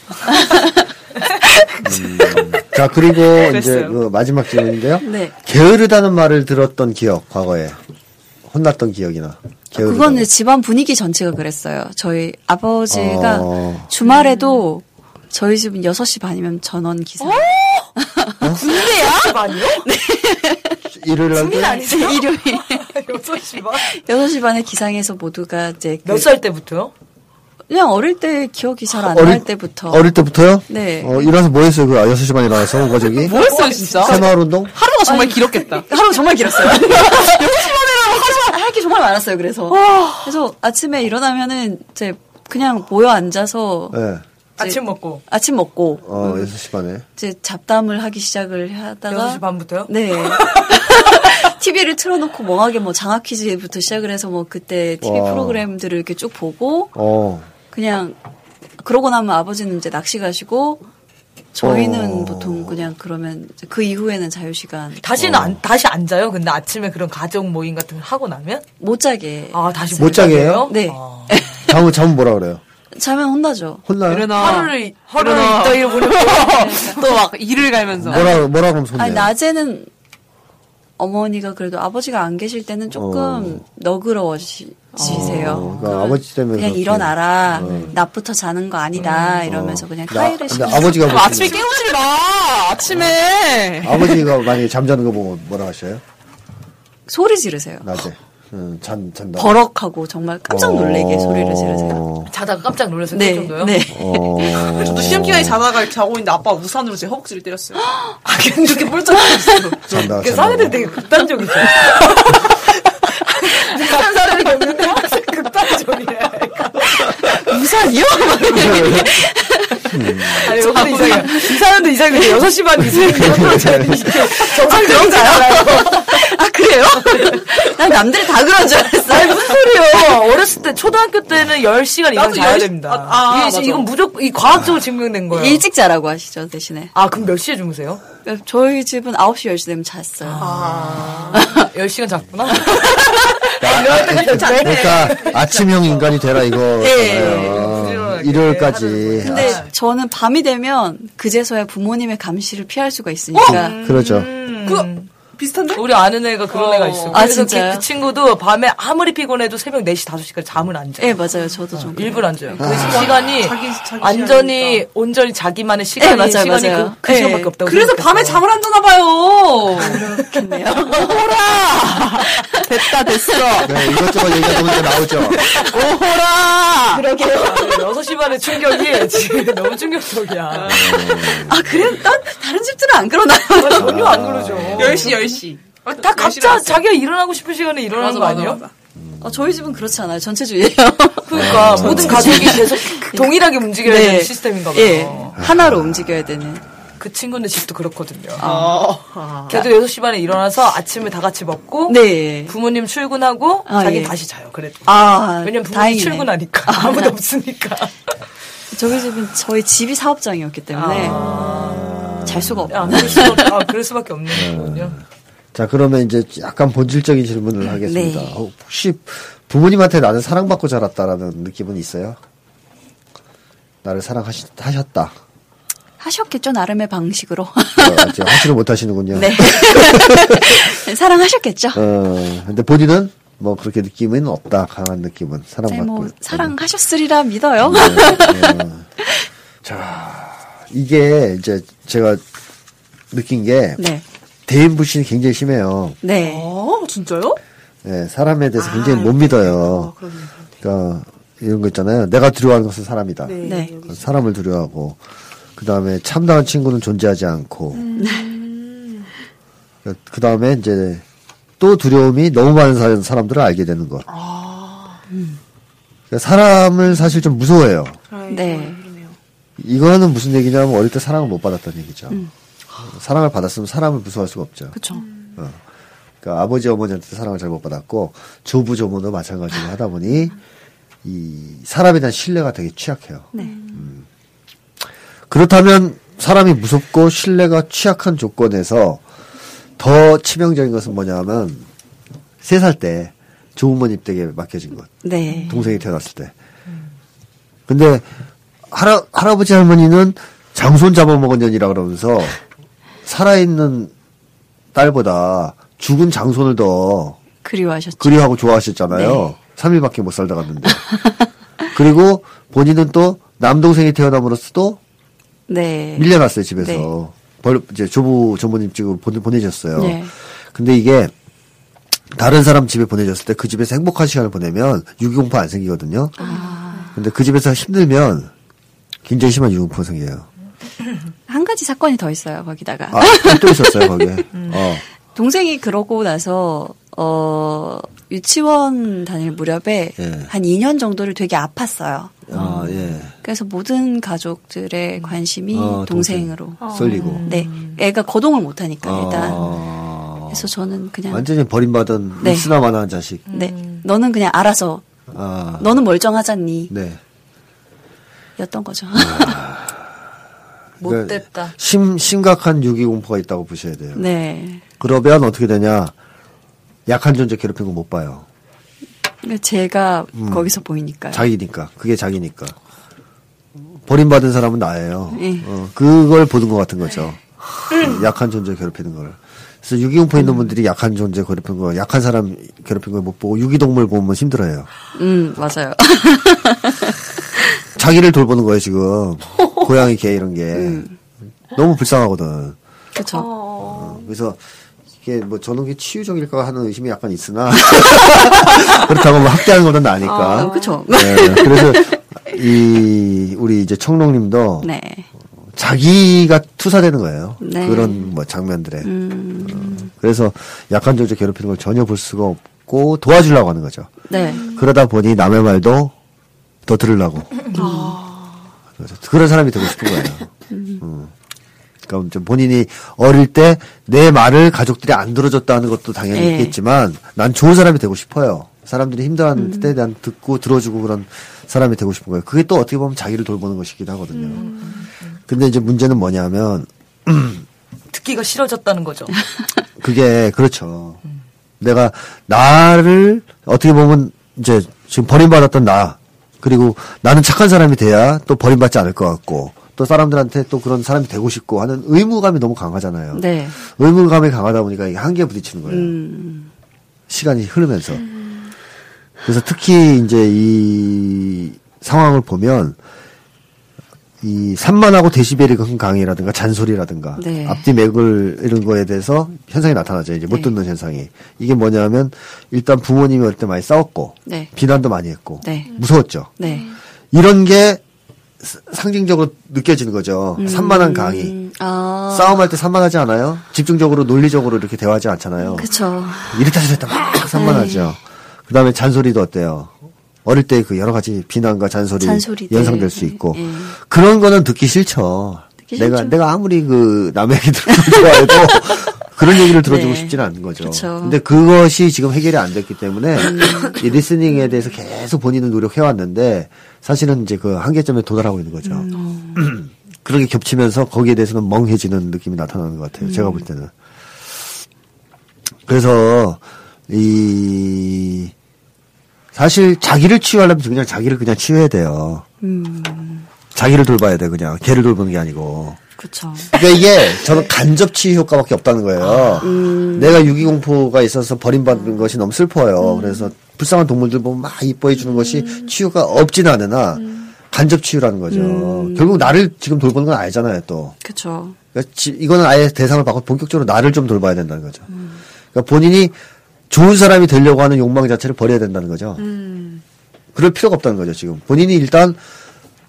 F: 자 그리고 이제 그 마지막 질문인데요.
E: 네.
F: 게으르다는 말을 들었던 기억, 과거에 혼났던 기억이나 게으르다.
E: 그거는 집안 분위기 전체가 그랬어요. 저희 아버지가
F: 어.
E: 주말에도 저희 집은 6시 반이면 전원 기사.
F: 일요일 날 때?
E: 일요일
C: 여섯 시 반?
E: 6시 반에 기상해서 모두가 이제 그
C: 몇 살 때부터요?
E: 그냥 어릴 때 기억이 잘 안 날 때부터
F: 어릴 때부터요?
E: 네.
F: 어, 일어나서 뭐 했어요? 그 6시 반에 일어나서 온 가족이?
B: 뭐했어요 진짜?
F: 생활 운동?
B: 하루가 정말 길었겠다.
E: 하루 정말 길었어요. 6시 반에 할게 정말 많았어요. 그래서 그래서 아침에 일어나면은 이제 그냥 모여 앉아서
F: 예.
C: 아침 먹고.
E: 아침 먹고
F: 어, 6시 반에.
E: 이제 잡담을 하기 시작을 하다가
C: 6시 반부터요?
E: 네. TV를 틀어놓고 멍하게 뭐 장학 퀴즈부터 시작을 해서 뭐 그때 TV
F: 와.
E: 프로그램들을 이렇게 쭉 보고
F: 어.
E: 그냥 그러고 나면 아버지는 이제 낚시 가시고 저희는
F: 어.
E: 보통 그냥 그러면 이제 그 이후에는 자유 시간
C: 다시는 안, 다시 안 자요? 근데 아침에 그런 가족 모임 같은 걸 하고 나면?
E: 못 자게
C: 아, 다시
F: 못 자게
C: 자게요?
F: 해요?
E: 네.
C: 아.
F: 잠은, 잠은 뭐라 그래요?
E: 자면 혼나죠.
F: 혼나요?
B: 하루를
C: 하루를 이따
B: 일을 보내고 또 막 일을 갈면서
F: 뭐라, 뭐라 그러면 손
E: 아니
F: 내요?
E: 낮에는 어머니가 그래도 아버지가 안 계실 때는 조금
F: 어.
E: 너그러워지세요.
F: 어, 그러니까
E: 그러면
F: 아버지 때문에
E: 그냥
F: 그렇게.
E: 일어나라. 낮부터 자는 거 아니다. 이러면서
F: 어.
E: 그냥
F: 근데 아-
E: 카이를
F: 근데
E: 시키고
F: 아버지가
B: 그럼
F: 보시면-
B: 아침에 깨우지 마. 아침에.
F: 아버지가 만약에 잠자는 거 보고 뭐라 하셔요?
E: 소리 지르세요.
F: 낮에. 음, 잔, 잔다.
E: 버럭하고 정말 깜짝 놀래게
F: 어.
E: 소리를 지르세요.
C: 자다가 깜짝 놀라서 네.
E: 네,
C: 정도요?
E: 네.
F: 어.
D: 저도 시험 기간에 자다가 자고 있는데 아빠 우산으로 제 허벅지를 때렸어요.
C: 아, 이렇게 뿔쩍하셨어.
F: 잔다.
C: 그
F: 잔다.
C: 사회들 되게 극단적이죠. 한 사람이 없는데 항상 극단적이야.
E: 우산이요?
C: 음. 아니, 요것도 이상해요. 이 사람도 이상해요. 6시 반 이상해요. 정상적이지 않아요.
E: 아 그래요? 난 남들이 다 그런 줄 알았어.
C: 아니, 무슨 소리예요. 어렸을 때, 초등학교 때는 10시간 이상
D: 나도
C: 자야
D: 10
C: 됩니다.
D: 아, 아,
C: 이게
D: 맞아.
C: 지금 이건 무조건, 이 과학적으로 증명된
F: 어.
C: 거예요.
E: 일찍 자라고 하시죠 대신에.
C: 아, 그럼 몇 시에 주무세요?
E: 그러니까 저희 집은 9시 10시 되면 잤어요.
C: 아, 10시간 잤구나?
F: 아, 그러니까 아침형 인간이 되라 이거. 어,
C: 부지런하게
F: 일요일까지.
E: 근데
C: 네.
E: 저는 밤이 되면 그제서야 부모님의 감시를 피할 수가 있으니까
C: 어.
F: 아, 그러죠.
D: 비슷한데?
C: 우리 아는 애가 그런 애가 있어.
E: 아,
C: 그래서
E: 진짜요?
C: 그, 그 친구도 밤에 아무리 피곤해도 새벽 4시, 5시까지 잠을 안 자요.
E: 예 맞아요 저도 좀 그래요.
C: 일부러 안 자요. 그 시간이
D: 자기- 자기
C: 완전히 온전히 자기만의 시간이
E: 예, 맞아요,
C: 시간이
E: 맞아요.
C: 그, 그
E: 예.
C: 시간밖에 없다고.
D: 그래서
C: 생각했어요.
D: 밤에 잠을 안 자나 봐요.
E: 그렇겠네요
D: 됐다 됐어.
F: 네, 이것저것 얘기하다 보니까 나오죠.
D: 오호라.
C: 아, 6시 반에 충격이 지금 너무 충격적이야.
E: 아 그래요? 난 다른 집들은 안 그러나요?
C: 전혀 안 그러죠.
D: 10시 10시.
C: 아, 다 각자 자기가 일어나고 싶은 시간에 일어나는 거 아니에요?
E: 어, 저희 집은 그렇지 않아요 전체주의예요
C: 그러니까 모든 가족이 계속 동일하게 움직여야
E: 네.
C: 되는 시스템인가 그러니까 봐요.
E: 예 하나로 움직여야 되는
C: 그 친구네 집도 그렇거든요. 걔도 6시 반에 일어나서 아침에 다 같이 먹고
E: 네아
C: 부모님 출근하고
E: 예? 아,
C: 자기
E: 예.
C: 다시 자요. 그래도. 왜냐면 부모님
E: 아, 다행이네
C: 출근하니까 아무도 없으니까.
E: 저희 집은 저희 집이 사업장이었기 때문에 잘 수가 없
C: 아, 그럴, 수, 아, 그럴 수밖에 없는 거군요.
F: 자, 그러면 이제 약간 본질적인 질문을 하겠습니다.
E: 네.
F: 어, 혹시 부모님한테 나는 사랑받고 자랐다라는 느낌은 있어요? 나를 사랑하셨다.
E: 하셨겠죠 나름의 방식으로
F: 어, 이제 하지를 못하시는군요.
E: 네 사랑하셨겠죠
F: 어, 근데 본인은 뭐 그렇게 느낌은 없다. 강한 느낌은
E: 네,
F: 사랑받고.
E: 뭐 사랑하셨으리라 믿어요
F: 이게 이제 제가 느낀 게
E: 네
F: 대인 불신이 굉장히 심해요.
E: 네.
D: 어 진짜요?
F: 예, 사람에 대해서 굉장히 못 믿어요. 그러니까 이런 거 있잖아요. 내가 두려워하는 것은 사람이다.
C: 어,
E: 네.
F: 사람을 두려워하고 그 다음에 참다운 친구는 존재하지 않고 그 다음에 이제 또 두려움이 너무 많은 사- 사람들을 알게 되는 것. 그러니까 사람을 사실 좀 무서워해요.
E: 네.
F: 이거는 무슨 얘기냐면 어릴 때 사랑을 못 받았던 얘기죠. 사랑을 받았으면 사람을 무서워할 수가 없죠.
E: 그렇죠.
F: 그러니까 아버지 어머니한테 사랑을 잘 못 받았고 조부 조모도 마찬가지로 하다 보니 이 사람에 대한 신뢰가 되게 취약해요. 음. 그렇다면 사람이 무섭고 신뢰가 취약한 조건에서 더 치명적인 것은 뭐냐면 세 살 때 조부모님 댁에 맡겨진 것.
E: 네.
F: 동생이 태어났을 때. 근데 할아, 할아버지 할머니는 장손 잡아먹은 년이라 그러면서 살아있는 딸보다 죽은 장손을 더
E: 그리워하셨죠.
F: 그리워하고
E: 네.
F: 좋아하셨잖아요. 삼 3일밖에 못 살다 갔는데. 그리고 본인은 또 남동생이 태어남으로써 또
E: 네.
F: 밀려났어요, 집에서.
E: 네.
F: 벌, 이제 조부, 조부님 지금 보내, 보내셨어요.
E: 네.
F: 근데 이게 다른 사람 집에 보내셨을 때 그 집에서 행복한 시간을 보내면 유기공포 안
E: 아.
F: 생기거든요. 근데 그 집에서 힘들면 굉장히 심한 유기공포 생겨요.
E: 한 가지 사건이 더 있어요, 거기다가.
F: 아, 또 있었어요, 거기에.
E: 음.
F: 어.
E: 동생이 그러고 나서 어 유치원 다닐 무렵에
F: 예.
E: 한 2년 정도를 되게 아팠어요.
F: 아, 예.
E: 그래서 모든 가족들의 관심이
F: 어, 동생.
E: 동생으로.
F: 쏠리고.
E: 네, 애가 거동을 못하니까 일단.
F: 아,
E: 그래서 저는 그냥
F: 완전히 버림받은
E: 네.
F: 쓰나마나한 자식.
E: 네, 너는 그냥 알아서
F: 아,
E: 너는 멀쩡하잖니
F: 네.
E: 였던 거죠.
C: 못됐다.
F: 그러니까 심, 심각한 유기공포가 있다고 보셔야 돼요.
E: 네,
F: 그러면 어떻게 되냐. 약한 존재 괴롭힌 거 못 봐요.
E: 그러니까 제가 거기서 보이니까요.
F: 음. 자기니까. 그게 자기니까. 버림받은 사람은 나예요.
E: 예.
F: 어, 그걸 보는 것 같은 거죠. 어, 약한 존재 괴롭히는 걸. 그래서 유기공포 있는 분들이 약한 존재 괴롭히는 거, 약한 사람 괴롭히는 걸 못 보고 유기동물 보면 힘들어요.
E: 음, 맞아요.
F: 자기를 돌보는 거예요, 지금. 고양이 개 이런 게. 너무 불쌍하거든.
E: 그렇죠.
F: 어, 그래서 이게 뭐 저는 이 치유적일까 하는 의심이 약간 있으나 그렇다고 뭐 학대하는 것은 아니까.
E: 그렇죠.
F: 네, 그래서 이 우리 이제 청룡님도
E: 네.
F: 자기가 투사되는 거예요.
E: 네.
F: 그런 뭐 장면들에. 어,
E: 음,
F: 그래서 약한 존재 괴롭히는 걸 전혀 볼 수가 없고 도와주려고 하는 거죠.
E: 네.
F: 그러다 보니 남의 말도 더 들으려고. 그래서 그런 사람이 되고 싶은 거예요. 음. 그러니까 좀 본인이 어릴 때 내 말을 가족들이 안 들어줬다는 것도 당연히
E: 예.
F: 있겠지만 난 좋은 사람이 되고 싶어요. 사람들이 힘들어하는 때에 대한 듣고 들어주고 그런 사람이 되고 싶은 거예요. 그게 또 어떻게 보면 자기를 돌보는 것이기도 하거든요. 근데 이제 문제는 뭐냐면
C: 듣기가 싫어졌다는 거죠.
F: 그게 그렇죠. 내가 나를 어떻게 보면 이제 지금 버림받았던 나 그리고 나는 착한 사람이 돼야 또 버림받지 않을 것 같고 또 사람들한테 또 그런 사람이 되고 싶고 하는 의무감이 너무 강하잖아요.
E: 네.
F: 의무감이 강하다 보니까 이게 한계에 부딪히는 거예요.
E: 음.
F: 시간이 흐르면서. 그래서 특히 이제 이 상황을 보면 이 산만하고 데시벨이 큰 강의라든가 잔소리라든가
E: 네.
F: 앞뒤 맥을 이런 거에 대해서 현상이 나타나죠. 이제 못 듣는 현상이. 이게 뭐냐면 일단 부모님이 어릴 때 많이 싸웠고
E: 네.
F: 비난도 많이 했고
E: 네.
F: 무서웠죠.
E: 네.
F: 이런 게 스- 상징적으로 느껴지는 거죠. 산만한 강의.
E: 음, 아,
F: 싸움할 때 산만하지 않아요? 집중적으로 논리적으로 이렇게 대화하지 않잖아요.
E: 그렇죠.
F: 이렇다 저렇다
E: 네.
F: 막 산만하죠. 그 다음에 잔소리도 어때요? 어릴 때 그 여러 가지 비난과 잔소리
E: 잔소리들.
F: 연상될 수 있고
E: 예, 예.
F: 그런 거는 듣기 싫죠.
E: 듣기
F: 내가
E: 싫죠.
F: 내가 아무리 그 남의 얘기 들어도 그런 얘기를 들어주고
E: 네.
F: 싶지는 않은 거죠.
E: 그쵸. 음.
F: 근데 그것이 지금 해결이 안 됐기 때문에 이 리스닝에 대해서 계속 본인은 노력해 왔는데 사실은 이제 그 한계점에 도달하고 있는 거죠.
E: 음. 어.
F: 그런 게 겹치면서 거기에 대해서는 멍해지는 느낌이 나타나는 것 같아요.
E: 음.
F: 제가 볼 때는. 그래서 이 사실 자기를 치유하려면 그냥 자기를 그냥 치유해야 돼요.
E: 음.
F: 자기를 돌봐야 돼 그냥 걔를 돌보는 게 아니고.
E: 그렇죠.
F: 그러니까 이게 저는 간접 치유 효과밖에 없다는 거예요. 내가 유기공포가 있어서 버림받는 것이 너무 슬퍼요. 그래서 불쌍한 동물들 보면 막 이뻐해 주는 것이 치유가 없진 않으나 간접 치유라는 거죠. 결국 나를 지금 돌보는 건 아니잖아요, 또.
E: 그렇죠.
F: 그러니까 지- 이거는 아예 대상을 바꿔 본격적으로 나를 좀 돌봐야 된다는 거죠. 그러니까 본인이 좋은 사람이 되려고 하는 욕망 자체를 버려야 된다는 거죠. 그럴 필요가 없다는 거죠, 지금. 본인이 일단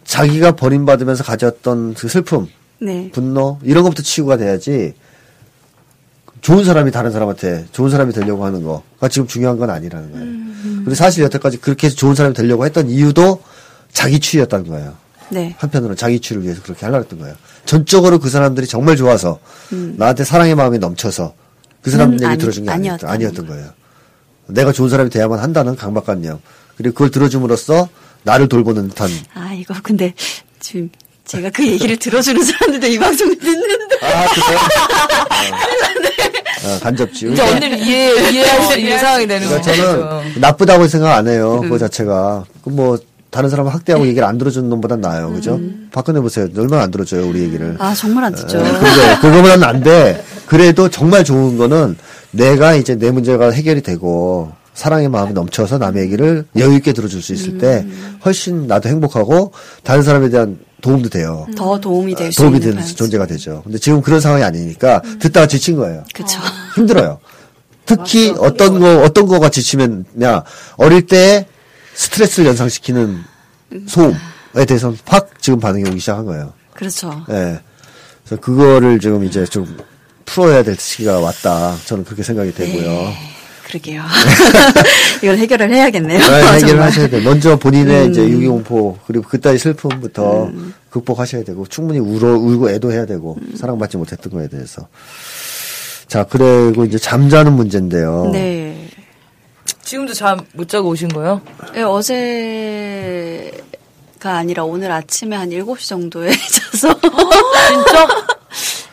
F: 자기가 버림받으면서 가졌던 그 슬픔,
E: 네.
F: 분노, 이런 것부터 치유가 돼야지 좋은 사람이 다른 사람한테 좋은 사람이 되려고 하는 거가 지금 중요한 건 아니라는 거예요. 근데 사실 여태까지 그렇게 해서 좋은 사람이 되려고 했던 이유도 자기 치유였다는 거예요.
E: 네.
F: 한편으로 자기 치유를 위해서 그렇게 하려고 했던 거예요. 전적으로 그 사람들이 정말 좋아서 나한테 사랑의 마음이 넘쳐서 그 사람
E: 음,
F: 얘기
E: 아니-
F: 들어준 게
E: 아니었던
F: 아니었던, 아니었던 거예요. 내가 좋은 사람이 돼야만 한다는 강박관념. 그리고 그걸 들어줌으로써 나를 돌보는 듯한.
E: 아, 이거 근데 지금 제가 그 얘기를 들어주는 사람들도 이 방송을 듣는데.
F: 아, 그래요? 어, 간접 치유.
C: 이제 언니를 이해, 이해할 수 있는 상황이 되는
F: 그러니까
E: 그렇죠.
C: 거죠.
E: 음.
F: 저는 나쁘다고 생각 안 해요. 그거 자체가. 그 뭐, 다른 사람 학대하고 얘기를 안 들어주는 놈보단 나아요. 그죠? 박근혜 보세요. 얼마나 안 들어줘요, 우리 얘기를.
E: 음.
F: 예,
E: 아 정말 안 듣죠.
F: 근데 그거보다는 안 돼. 그래도 정말 좋은 거는 내가 이제 내 문제가 해결이 되고 사랑의 마음이 넘쳐서 남의 얘기를 여유 있게 들어줄 수 있을 때
E: 음.
F: 훨씬 나도 행복하고 다른 사람에 대한 도움도 돼요.
E: 더 음. 도움이 될 수
F: 아, 도움이
E: 있는
F: 되는
E: 방식.
F: 존재가 되죠. 근데 지금 그런 상황이 아니니까 듣다가 지친 거예요.
E: 음. 그쵸.
F: 힘들어요. 특히 어떤 거 어떤 거가 지치면냐 어릴 때 스트레스를 연상시키는 소음에 대해서는 확 지금 반응이 오기 시작한 거예요.
E: 그렇죠.
F: 예. 그래서 그거를 지금 이제 좀 풀어야 될 시기가 왔다. 저는 그렇게 생각이 되고요.
E: 네. 그러게요. 이걸 해결을 해야겠네요.
F: 네, 해결을
E: 정말.
F: 하셔야 돼요. 먼저 본인의 이제 유기공포 그리고 그따위 슬픔부터 극복하셔야 되고 충분히 울어 울고 애도해야 되고 사랑받지 못했던 거에 대해서. 자 그리고 이제 잠자는 문제인데요.
E: 네.
C: 지금도 잠 못 자고 오신 거예요?
E: 네, 어제가 아니라 오늘 아침에 한 7시 정도에 자서. 진짜?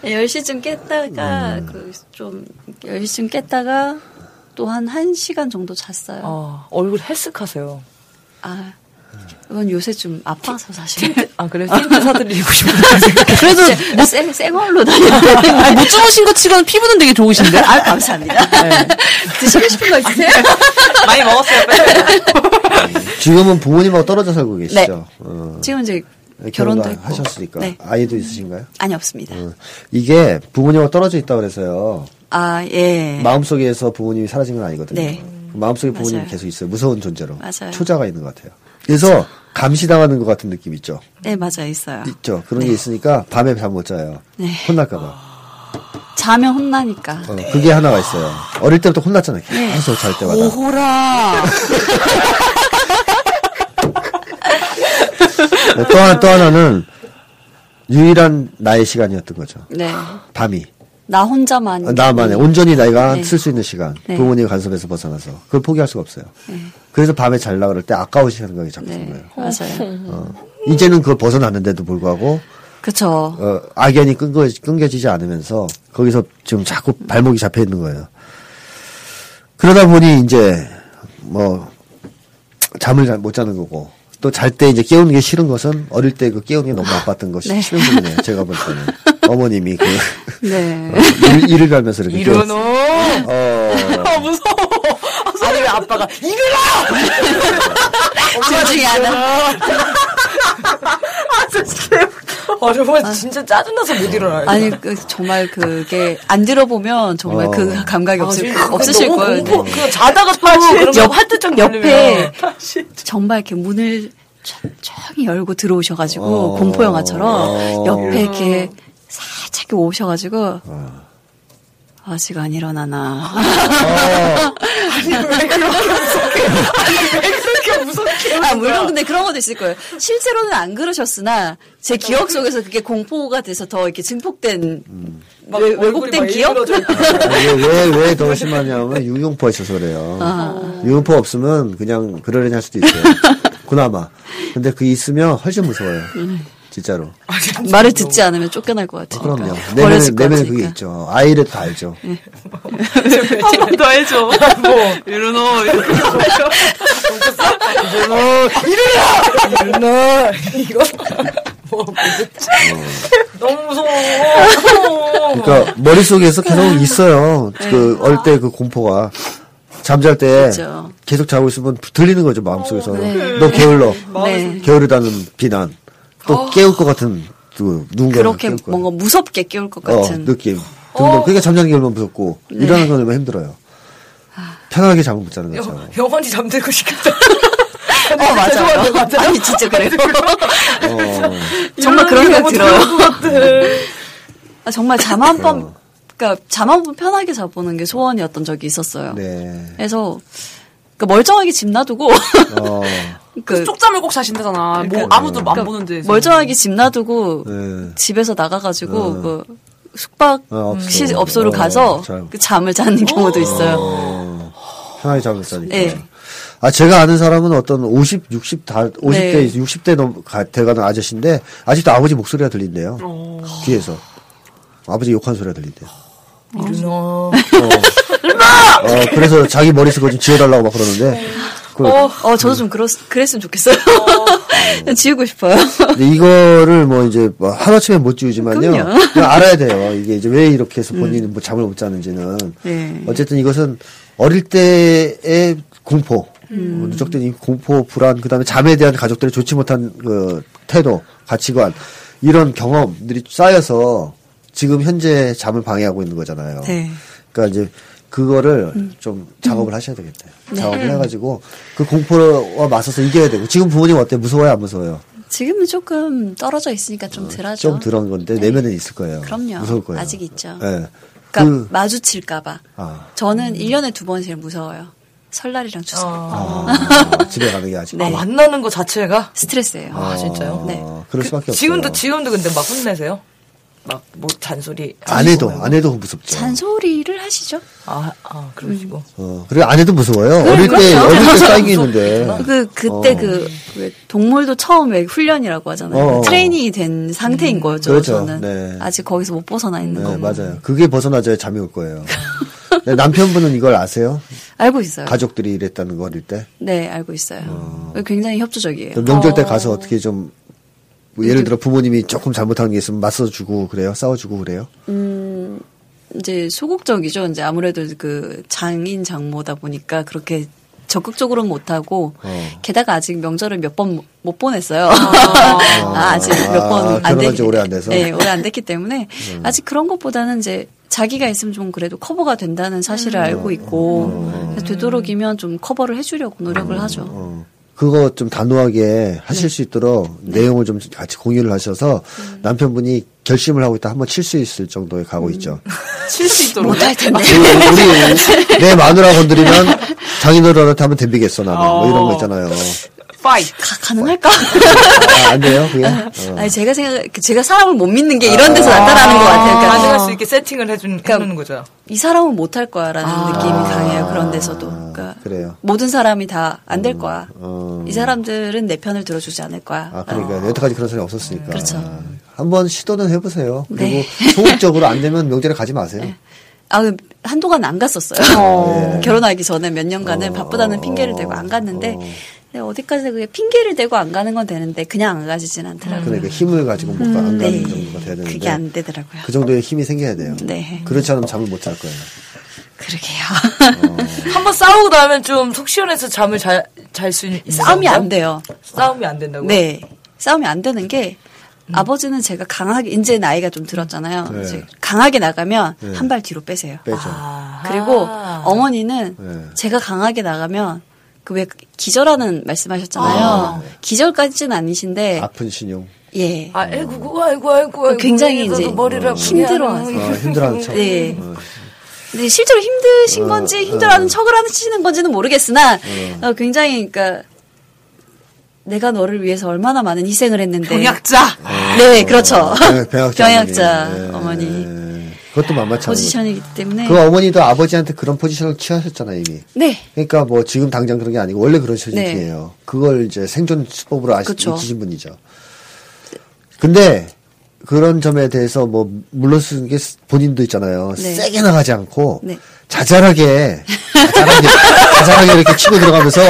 E: 10시쯤 깼다가,
F: 음.
E: 그, 좀, 10시쯤 깼다가, 또 한 1시간 정도 잤어요.
C: 어, 얼굴 헬쓱하세요.
E: 아, 이건 요새 좀 아파서 사실.
C: 아 그래 힌트 사드리고 싶어요.
D: 그래도 뭐
E: 아, 새, 새 걸로 다녀요.
D: 아니, 못 주무신 것 치고는 피부는 되게 좋으신데? 네.
E: 아, 감사합니다. 드시고 싶은 거 있으세요?
C: 많이 먹었어요. 빨리.
F: 지금은 부모님하고 떨어져 살고 계시죠. 어,
E: 네. 지금 이제
F: 결혼도
E: 결혼도 했고.
F: 하셨으니까
E: 네.
F: 아이도 있으신가요?
E: 아니, 없습니다.
F: 어, 이게 부모님하고 떨어져 있다 그래서요.
E: 아, 예.
F: 마음속에서 부모님이 사라진 건 아니거든요. 그
E: 네.
F: 마음속에 부모님이
E: 맞아요.
F: 계속 있어요. 무서운 존재로.
E: 맞아요.
F: 초자가 있는 것 같아요. 그래서 감시당하는 것 같은 느낌 있죠.
E: 네, 맞아요, 있어요.
F: 있죠. 그런 게 있으니까 밤에 잠 못 자요.
E: 네.
F: 혼날까봐.
E: 자면 혼나니까.
F: 어, 그게 하나가 있어요. 어릴 때부터 혼났잖아요.
E: 네.
F: 계속 잘 때마다.
D: 오호라.
F: 네, 또, 하나, 또 하나는 유일한 나의 시간이었던 거죠.
E: 네.
F: 밤이.
E: 나 혼자만.
F: 어, 나만의 온전히 내가
E: 네.
F: 쓸 수 있는 시간.
E: 네.
F: 부모님 간섭에서 벗어나서. 그걸 포기할 수가 없어요. 그래서 밤에 잘라 그럴 때 아까운 생각이 자꾸 드는
E: 네,
F: 거예요. 어.
E: 맞아요.
F: 이제는 그걸 벗어났는데도 불구하고
E: 그쵸.
F: 어, 악연이 끊겨, 끊겨지지 않으면서 거기서 지금 자꾸 발목이 잡혀 있는 거예요. 그러다 보니 이제 뭐 잠을 잘 못 자는 거고 또 잘 때 이제 깨우는 게 싫은 것은 어릴 때 그 깨우는 게 너무 아팠던 것이
E: 네.
F: 싫은 분이네요. 제가 볼 때는 어머님이 그
E: 네.
F: 일, 일을 갈면서 이렇게 깨웠-
C: 이러노.
F: 어,
C: 아 무서워. 아니 왜 아빠가 일어나!
E: 엄마 중에 하나.
C: 아 정말 진짜 짜증나서 못 일어나요.
E: 아니, 그, 정말 그게, 안 들어보면 정말
F: 어.
E: 그 감각이 없을,
C: 아, 지금
E: 없으실
C: 너무
E: 거예요.
C: 공포.
E: 네.
C: 그 자다가 또 그런 거 활트짝
E: 옆에
C: 옆에
E: 네. 정말 이렇게 문을 쫙 열고 들어오셔가지고,
F: 어.
E: 공포 영화처럼
F: 어.
E: 옆에 이렇게 살짝 오셔가지고,
F: 어.
E: 아직 안 일어나나. 아, 물론
C: 뭐.
E: 근데 그런 것도 있을 거예요. 실제로는 안 그러셨으나 제 기억 속에서 그러니까 그게 음. 공포가 돼서 더 이렇게 증폭된 외, 왜곡된 기억?
F: 왜왜 더 심하냐면 유용포가 있어서 그래요.
E: 아.
F: 유용포 없으면 그냥 그러려니 할 수도 있어요. 그나마. 근데 그 있으면 훨씬 무서워요. 진짜로.
E: 말을 듣지 않으면 쫓겨날 것
F: 아,
E: 같으니까.
F: 그럼요.
E: 아, 버려질 것
F: 내면에, 내면에
E: 같으니까. 네.
F: 그게 있죠. 아이를 다 알죠.
C: 아,
D: 더 해줘.
C: 뭐.
D: 이러노.
C: 일어나 이거 뭐
E: 음.
C: 뭐였지? 너무 무서워.
E: 음.
F: 그러니까 머릿속에서 계속 있어요. 그 어릴 때 그 공포가. 잠잘 때
E: 네. 그렇죠. 어,
F: 계속 자고 있으면 들리는 거죠, 마음속에서. 너 게을러.
E: 네. 어.
F: 게으르다는 비난. 또 깨울 것 같은 그 누군가
E: 그렇게 뭔가 무섭게 깨울 것 같은. 네.
F: 어, 느낌. 등등. 그러니까 잠자는 게 얼마나 무섭고 일하는 건 얼마나 힘들어요.
E: 아.
F: 편하게 잠을 못 자는 거죠.
C: 영- 영원히 잠들고 싶겠다.
E: 어, 맞아요. 아니, 진짜 그래요. 어.
F: 어,
E: 정말 그런
C: 이러는
E: 생각
C: 게
E: 들어요.
C: 너무 좋을 것 같아.
E: 아, 정말 잠 한 번, 그러니까 잠 한 번 편하게 자보는 게 소원이었던 적이 있었어요.
F: 네.
E: 그래서 그러니까 멀쩡하게 집 놔두고
F: 어,
E: 그 네, 그러니까
D: 쪽잠을 꼭 자신다잖아. 뭐 아무도 안 보는 데에서.
E: 멀쩡하게 집 놔두고
F: 네.
E: 집에서 나가가지고
F: 어.
E: 그 숙박
F: 어, 업소.
E: 시, 업소로
F: 어,
E: 가서
F: 참.
E: 그 잠을 자는 경우도 있어요.
F: 어, 편하게 잠을 자니까.
E: 네.
F: 아, 제가 아는 사람은 어떤 50, 60, 다, 50대,
E: 네.
F: 60대 넘, 가, 돼가는 아저씨인데, 아직도 아버지 목소리가 들린대요.
E: 어.
F: 뒤에서. 아버지 욕한 소리가 들린대요.
C: 일어나.
E: 네.
F: 어, 그래서 자기 머리 쓰고 좀 지워달라고 막 그러는데, 그걸-
E: 어, 저도 좀 그렇, 그랬으면 좋겠어요. 그냥 지우고 싶어요.
F: 근데 이거를 뭐 이제 뭐 하루아침에 못 지우지만요.
E: 그럼요. 음.
F: 그냥 알아야 돼요. 이게 이제 왜 이렇게 해서 본인이 뭐 잠을 못 자는지는.
E: 네.
F: 어쨌든 이것은 어릴 때의 공포,
E: 음.
F: 어, 누적된 이 공포, 불안, 그 다음에 잠에 대한 가족들의 좋지 못한 그 태도, 가치관, 이런 경험들이 쌓여서 지금 현재 잠을 방해하고 있는 거잖아요.
E: 네. 음.
F: 그러니까 이제 그거를 좀 작업을 하셔야 되겠대요.
E: 네.
F: 작업을 해가지고 그 공포와 맞서서 이겨야 되고 지금 부모님 어때요? 무서워요? 안 무서워요?
E: 지금은 조금 떨어져 있으니까 좀 덜하죠. 네.
F: 좀 들은 건데 내면은 있을 거예요.
E: 그럼요.
F: 무서울 거예요.
E: 아직 있죠.
F: 예.
E: 그러니까
F: 그-
E: 마주칠까봐.
F: 아.
E: 저는 1년에 두 번 제일 무서워요. 설날이랑 추석.
F: 아, 집에 가는 게 아직.
E: 네.
C: 아, 만나는 거 자체가
E: 스트레스예요.
C: 아 진짜요?
E: 네.
F: 그럴 수밖에 없어요.
C: 지금도 지금도 근데 막 혼내세요? 막 뭐 잔소리
F: 안 해도 안 해도 무섭죠.
E: 잔소리를 하시죠?
C: 아, 아 그러시고
F: 어, 그리고 안 해도 무서워요. 어릴 때 어릴 때 쌓인 게 있는데.
E: 네, 그렇죠. 그 그때 그 왜 동물도 처음에 훈련이라고 하잖아요. 그
F: 어, 어.
E: 트레이닝이 된 상태인 거죠.
F: 그렇죠.
E: 저는
F: 네.
E: 아직 거기서 못 벗어나 있는 거
F: 네, 맞아요. 그게 벗어나져야 잠이 올 거예요. 네, 남편분은 이걸 아세요?
E: 알고 있어요.
F: 가족들이 이랬다는 거 어릴 때.
E: 네, 알고 있어요. 굉장히 협조적이에요.
F: 그럼 명절 때 가서 어떻게 좀뭐
E: 음.
F: 예를 들어 부모님이 조금 잘못한 게 있으면 맞서주고 그래요? 싸워주고 그래요?
E: 이제 소극적이죠. 이제 아무래도 그 장인 장모다 보니까 그렇게 적극적으로는 못하고
F: 어.
E: 게다가 아직 명절을 몇 번 못 보냈어요. 아, 직 몇 번
F: 아,
E: 안
F: 결혼한
E: 됐기
F: 지 오래 안 돼서? 음.
E: 네, 오래 안 됐기 때문에 아직 그런 것보다는 이제 자기가 있으면 좀 그래도 커버가 된다는
F: 음.
E: 사실을 알고 있고 그래서 되도록이면 좀 커버를 해주려고 노력을 하죠.
F: 어, 그거 좀 단호하게
E: 네.
F: 하실 수 있도록 내용을 좀 같이 공유를 하셔서
E: 음.
F: 남편분이 결심을 하고 있다 한번 칠 수 있을 정도에 가고 있죠.
D: 칠 수 있도록.
E: 못할
F: 음.
E: 텐데.
F: 우리, 우리 내 마누라 건드리면 장인어른한테 하면 덤비겠어 나는 뭐 이런 거 있잖아요.
D: 파이트.
E: 가, 가능할까?
F: 아, 안 돼요 그게? 어.
E: 아니 제가 생각 제가 사람을 못 믿는 게
F: 아.
E: 이런 데서 나타나는 것 같아요. 그러니까
C: 가능할 수 있게 세팅을 해준 해놓는 거죠.
E: 이 사람은 못할 거야라는
F: 아.
E: 느낌이 강해요. 그런 데서도. 그러니까
F: 그래요.
E: 모든 사람이 다 안 될 거야.
F: 음.
E: 이 사람들은 내 편을 들어주지 않을 거야.
F: 아 그러니까 여태까지 그런 사람이 없었으니까.
E: 그렇죠.
F: 한번 시도는 해보세요. 그리고
E: 네.
F: 소극적으로 안 되면 명절에 가지 마세요.
E: 아, 그 한동안 안 갔었어요.
F: 예.
E: 결혼하기 전에 몇
F: 어.
E: 년간은 바쁘다는 핑계를 대고 안 갔는데 근데 어디까지 그게 핑계를 대고 안 가는 건 되는데 그냥 안 가지진 않더라고요.
F: 그러니까 힘을 가지고 못 가- 음. 안 가는
E: 네.
F: 정도가 돼야 되는데
E: 그게 안 되더라고요.
F: 그 정도의 힘이 생겨야 돼요.
E: 네.
F: 그렇지 않으면 잠을 못 잘 거예요.
E: 그러게요.
F: 어.
C: 한번 싸우고 나면 좀 속 시원해서 잠을 잘 잘 수 있는
E: 싸움이
C: 건가요?
E: 안 돼요.
C: 싸움이 안 된다고.
E: 네. 싸움이 안 되는 게 아버지는 제가 강하게 이제 나이가 좀 들었잖아요.
F: 네.
E: 이제 강하게 나가면
F: 네.
E: 한 발 뒤로 빼세요.
F: 빼죠.
E: 아, 그리고 어머니는
F: 네.
E: 제가 강하게 나가면 그 왜 기절하는 말씀하셨잖아요. 기절까지는 아니신데
F: 네. 아픈 신용.
E: 예.
C: 아이고 그거 아이고 아이고 아이고.
E: 굉장히
C: 이래서
E: 이제
C: 머리를 아프게
E: 힘들어하세요.
C: 하는
F: 아, 힘들어하는 척.
E: 음.
F: 음.
E: 네. 근데 실제로 힘드신
F: 네.
E: 건지 힘들어하는 척을 하시는 건지는 모르겠으나 어, 굉장히 그러니까 내가 너를 위해서 얼마나 많은 희생을 했는데
D: 병약자.
E: 네, 그렇죠.
F: 어. 병- 병약자,
E: 병약자
F: 어머니.
E: 어머니.
F: 네. 예. 그것도 만만치 않은
E: 포지션이기 때문에
F: 거죠. 그 어머니도 아버지한테 그런 포지션을 취하셨잖아요 이미.
E: 네.
F: 그러니까 뭐 지금 당장 그런 게 아니고 원래 그런
E: 네.
F: 소식이에요. 그걸 이제 생존 수법으로 아시
E: 그쵸.
F: 익히신 분이죠. 근데 그런 점에 대해서 뭐 물러서는 게 스- 본인도 있잖아요.
E: 네.
F: 세게 나가지 않고
E: 네.
F: 자잘하게 자잘하게, 자잘하게 이렇게 치고 들어가면서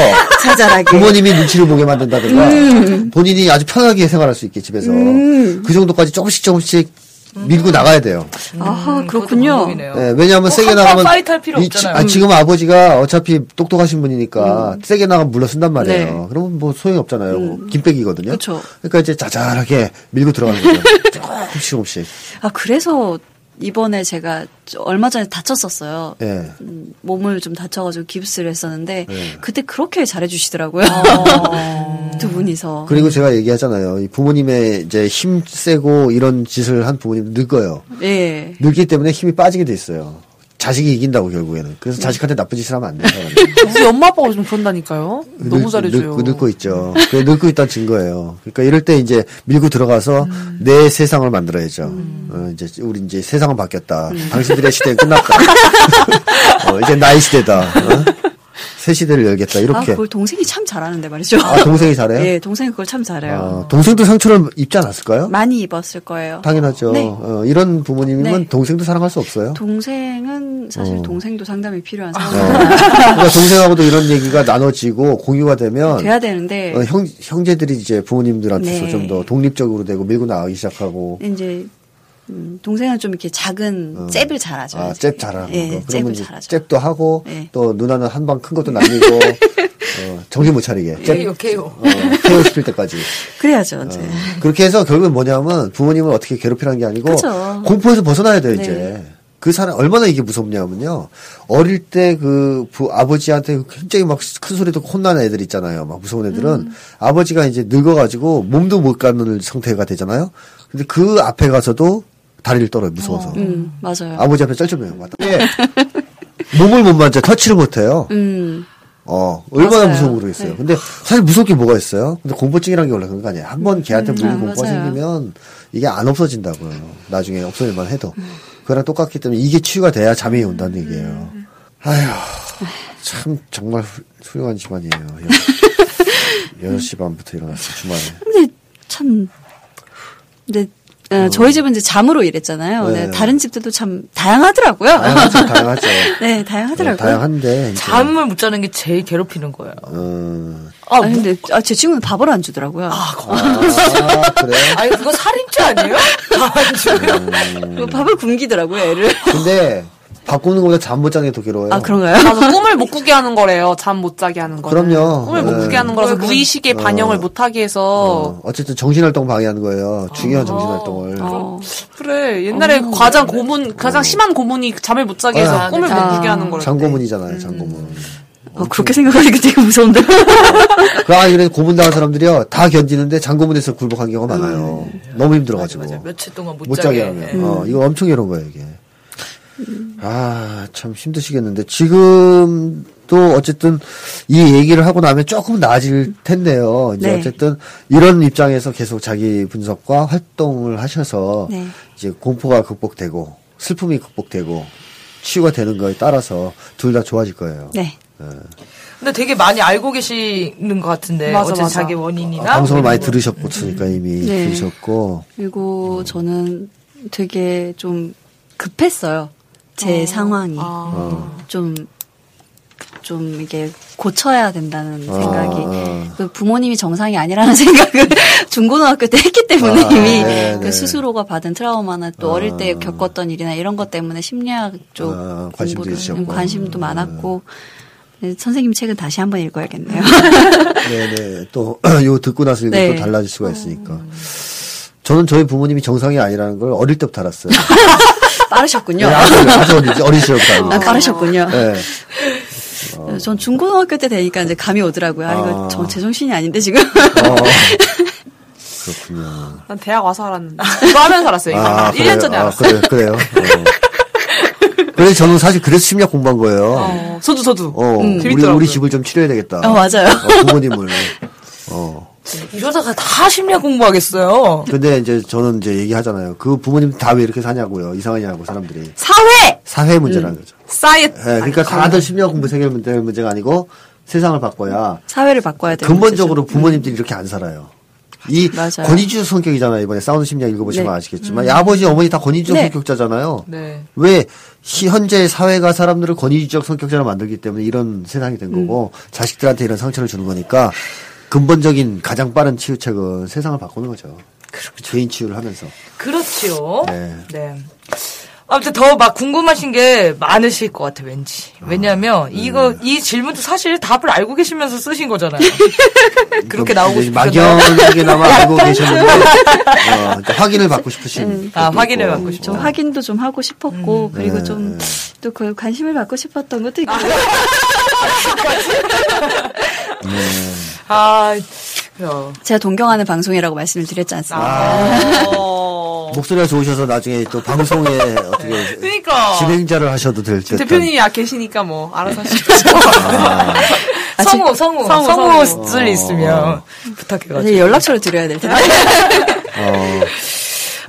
E: 자잘하게. 음.
F: 부모님이 눈치를 보게 만든다든가 본인이 아주 편하게 생활할 수 있게 집에서 그 정도까지 조금씩 조금씩 밀고 나가야 돼요.
E: 아,
C: 그것도
E: 그렇군요.
C: 방법이네요.
F: 예, 왜냐하면 세게
C: 뭐 한판
F: 나가면
C: 파이트할 필요
F: 이 지-
C: 없잖아요. 음.
F: 아, 지금 아버지가 어차피 똑똑하신 분이니까 세게 나가면 물러선단 말이에요.
C: 네.
F: 그러면 뭐 소용이 없잖아요.
C: 음.
F: 김빼기거든요.
E: 그쵸.
F: 그러니까 이제 자잘하게 밀고 들어가는 거죠. 조금씩 조금씩.
E: 아, 그래서 이번에 제가 저- 얼마 전에 다쳤었어요.
F: 예.
E: 음, 몸을 좀 다쳐가지고 깁스를 했었는데
F: 네.
E: 그때 그렇게 잘해주시더라고요.
F: 아.
E: 두 분이서.
F: 그리고 제가 얘기하잖아요. 이 부모님의 이제 힘 세고 이런 짓을 한 부모님 늙어요.
E: 예.
F: 늙기 때문에 힘이 빠지게 돼 있어요. 자식이 이긴다고 결국에는. 그래서 자식한테 나쁜 짓을 하면 안 돼요.
D: 우리 엄마 아빠가 좀 그런다니까요. 너무 잘해줘요.
F: 늙, 고 있죠. 그 늙고 있다는 증거예요. 그러니까 이럴 때 이제 밀고 들어가서 내 세상을 만들어야죠. 어, 이제 우리 이제 세상은 바뀌었다. 당신들의 시대는 끝났다. 어, 이제 나의 시대다. 어? 새 시대를 열겠다
E: 아,
F: 이렇게. 아,
E: 그걸 동생이 참 잘하는데 말이죠.
F: 동생이 잘해요?
E: 예, 동생이 그걸 참 잘해요.
F: 아, 동생도 상처를 입지 않았을까요?
E: 많이 입었을 거예요.
F: 아. 당연하죠.
E: 네.
F: 어, 이런 부모님이면
E: 네.
F: 동생도 사랑할 수 없어요.
E: 동생은 사실
F: 어.
E: 동생도 상담이 필요한
F: 어.
E: 상황이
F: 그러니까 동생하고도 이런 얘기가 나눠지고 공유가 되면
E: 돼야 되는데
F: 어, 형 형제들이 이제 부모님들한테서
E: 네.
F: 좀 더 독립적으로 되고 밀고 나가기 시작하고
E: 이제 음, 동생은 좀 이렇게 작은
F: 어.
E: 잽을 잘하죠.
F: 아, 잽 잘하고
E: 예,
F: 그거.
E: 잽을
F: 그러면 이제
E: 잘하죠.
F: 잽도 하고
E: 네.
F: 또 누나는 한 방 큰 것도 남기고 어, 정신 못
E: 예,
F: 차리게 잽
C: 케이오 케이오.
F: 어, 케어 시킬 때까지 어.
E: 그래야죠. 이제.
F: 그렇게 해서 결국엔 뭐냐면 부모님을 어떻게 괴롭히라는 게 아니고
E: 그쵸.
F: 공포에서 벗어나야 돼요
E: 네.
F: 이제 그 사람 얼마나 이게 무섭냐면요 어릴 때 그 아버지한테 굉장히 막 큰 소리 듣고 혼나는 애들 있잖아요 막 무서운 애들은
E: 음.
F: 아버지가 이제 늙어가지고 몸도 못 가는 상태가 되잖아요 근데 그 앞에 가서도 다리를 떨어요 무서워서
E: 음, 맞아요.
F: 아버지 앞에 쩔쩔매요 맞다 예. 몸을 못 만져 터치를 못해요
E: 음,
F: 어, 얼마나
E: 맞아요.
F: 무서운 모르겠어요.
E: 네.
F: 근데 사실 무서울 게 뭐가 있어요? 근데 공포증이라는 게 원래 그런 거 아니에요. 한 번 걔한테 물린
E: 아,
F: 공포가
E: 맞아요.
F: 생기면 이게 안 없어진다고요. 나중에 없어질만 해도. 그거랑 똑같기 때문에 이게 치유가 돼야 잠이
E: 음,
F: 온다는 얘기예요. 아휴, 참 정말 훌- 훌륭한 집안이에요. 여- 여섯 시 반부터 일어났어, 주말에.
E: 근데 참, 근데 어, 저희 집은 이제 잠으로 일했잖아요.
F: 네.
E: 네, 다른 집들도 참 다양하더라고요.
F: 다양하죠, 다양하죠.
E: 아. 네,
F: 네,
E: 다양하더라고요.
F: 다양한데. 이제,
C: 잠을 못 자는 게 제일 괴롭히는 거예요.
F: 어,
E: 아, 근데 아, 제 친구는 밥을 안 주더라고요.
F: 아, 그래?
C: 아니 그거 살인죄 아니에요?
E: 그거 밥을 굶기더라고요, 애를.
F: 어. 근데 밥 굶는 것보다 잠 못 자는 게 더 괴로워요.
E: 아, 그런가요?
D: 맞아, 꿈을 못 꾸게 하는 거래요. 잠 못 자게 하는 거.
F: 그럼요.
D: 꿈을
E: 뭐
D: 못
F: 네.
D: 꾸게 하는 거라서 무의식에 반영을 못 하게 해서.
F: 어, 어쨌든 정신활동 방해하는 거예요. 중요한 정신활동을.
E: 어.
D: 그래. 옛날에 과장 고문, 가장 심한 고문이 잠을 못 자게 해서
F: 어. 아,
D: 꿈을
E: 아.
D: 못 꾸게 하는 거래.
F: 장고문이잖아요,
C: 음.
F: 장고문.
E: 어, 그렇게 생각하니까 되게 무서운데.
F: 그 아이들은 고문당한 사람들이요. 다 견디는데 장고문에서 굴복한 경우가 많아요. 너무
C: 음.
F: 힘들어가지고.
C: 맞아, 며칠 동안 못, 음.
F: 못 자게 하면. 어, 이거 엄청 괴로운 거예요, 이게. 아, 참 힘드시겠는데. 지금도 어쨌든 이 얘기를 하고 나면 조금 나아질 텐데요. 이제
E: 네.
F: 어쨌든 이런 입장에서 계속 자기 분석과 활동을 하셔서
E: 네.
F: 이제 공포가 극복되고 슬픔이 극복되고 치유가 되는 거에 따라서 둘 다 좋아질 거예요.
E: 네.
C: 근데 되게 많이 알고 계시는 것 같은데
D: 맞아,
C: 어쨌든
D: 맞아.
C: 자기 원인이나
F: 방송을 많이 들으셨고, 그러니까 이미
E: 네.
F: 들으셨고.
E: 그리고 저는 되게 좀 급했어요. 제 상황이. 좀, 좀 이게 고쳐야 된다는 생각이.
F: 아.
E: 그 부모님이 정상이 아니라는 생각을 중고등학교 때 했기 때문에
F: 아,
E: 이미
F: 네, 네.
E: 그 스스로가 받은 트라우마나 또 어릴 때 겪었던 일이나 이런 것 때문에 심리학 쪽
F: 아, 관심도
E: 공부를
F: 있으셨고. 음.
E: 관심도 많았고 네, 선생님 책은 다시 한번 읽어야겠네요.
F: 네네. 또, 요 듣고 나서 이거
E: 네.
F: 또 달라질 수가 있으니까.
D: 음.
F: 저는 저희 부모님이 정상이 아니라는 걸 어릴 때부터 알았어요. 네,
E: 빠르셨군요.
F: 아주, 아주 어리지, 어린 시절부터
E: 아,
F: 알고.
E: 빠르셨군요.
F: 네.
C: 어.
E: 전 중고등학교 때 되니까 이제 감이 오더라고요. 아, 이거
F: 아.
E: 저 제정신이 아닌데 지금.
F: 어. 그렇군요.
D: 난 대학 와서 알았는데. 이거 뭐 하면서 알았어요. 이거.
F: 아,
D: 1년
F: 그래요?
D: 전에
F: 아,
D: 알았어요.
F: 그래요, 그래요. 어. 그래서 저는 사실 그래서 심리학 공부한 거예요.
D: 어, 저도, 저도.
F: 어, 우리,
D: 재밌더라고요.
F: 우리 집을 좀 치료해야 되겠다.
E: 어, 맞아요.
F: 어, 부모님을. 어.
C: 이러다가 다 심리학 공부하겠어요.
F: 근데 이제 저는 이제 얘기하잖아요. 그 부모님 다 왜 이렇게 사냐고요. 이상하냐고, 사람들이.
D: 사회! 음.
F: 사회 문제라는 거죠.
D: 사이에.
F: 예, 그러니까 다들 심리학 공부 세계 문제 문제가 아니고 세상을 바꿔야
E: 사회를 바꿔야 되는
F: 근본적으로 부모님들이 이렇게 안 살아요. 이
E: 네, 맞아요.
F: 권위주의 성격이잖아요. 이번에 싸우는 심리학 읽어보시면
E: 네.
F: 아시겠지만 이 아버지 어머니 다 권위주의
E: 네.
F: 성격자잖아요.
C: 네.
F: 왜 시- 현재 사회가 사람들을 권위주의적 성격자로 만들기 때문에 이런 세상이 된 거고 자식들한테 이런 상처를 주는 거니까 근본적인 가장 빠른 치유책은 세상을 바꾸는 거죠. 개인 치유를 하면서.
C: 그렇지요.
F: 네.
C: 네. 아무튼 더 막 궁금하신 게 많으실 것 같아 왠지. 왜냐하면
F: 음.
C: 이거 이 질문도 사실 답을 알고 계시면서 쓰신 거잖아요. 그렇게 나오고
F: 이제
C: 싶으셨나요?
F: 막연하게나마 알고 계셨는데 어, 이제 확인을 받고 싶으신
C: 아,
F: 것도
C: 확인을
F: 있고.
C: 받고 네. 싶죠.
E: 좀 확인도 좀 하고 싶었고 그리고 좀 또 그 관심을 받고 싶었던 것도 있고
C: 아, 그래요.
E: 제가 동경하는 방송이라고 말씀을 드렸지
C: 아,
E: 않습니까?
D: 어.
F: 아, 목소리가 좋으셔서 나중에 또 방송에 어떻게
D: 그니까.
C: 그러니까.
F: 진행자를 하셔도
C: 그
F: 될 듯.
D: 대표님이 아, 계시니까 뭐, 알아서
C: 네.
D: 하시죠.
C: 아. 성우, 성우,
D: 성우,
C: 성우,
D: 성우.
C: 쓸 있으면 부탁해가지고.
E: 이제 연락처를 드려야 될 텐데
F: 어,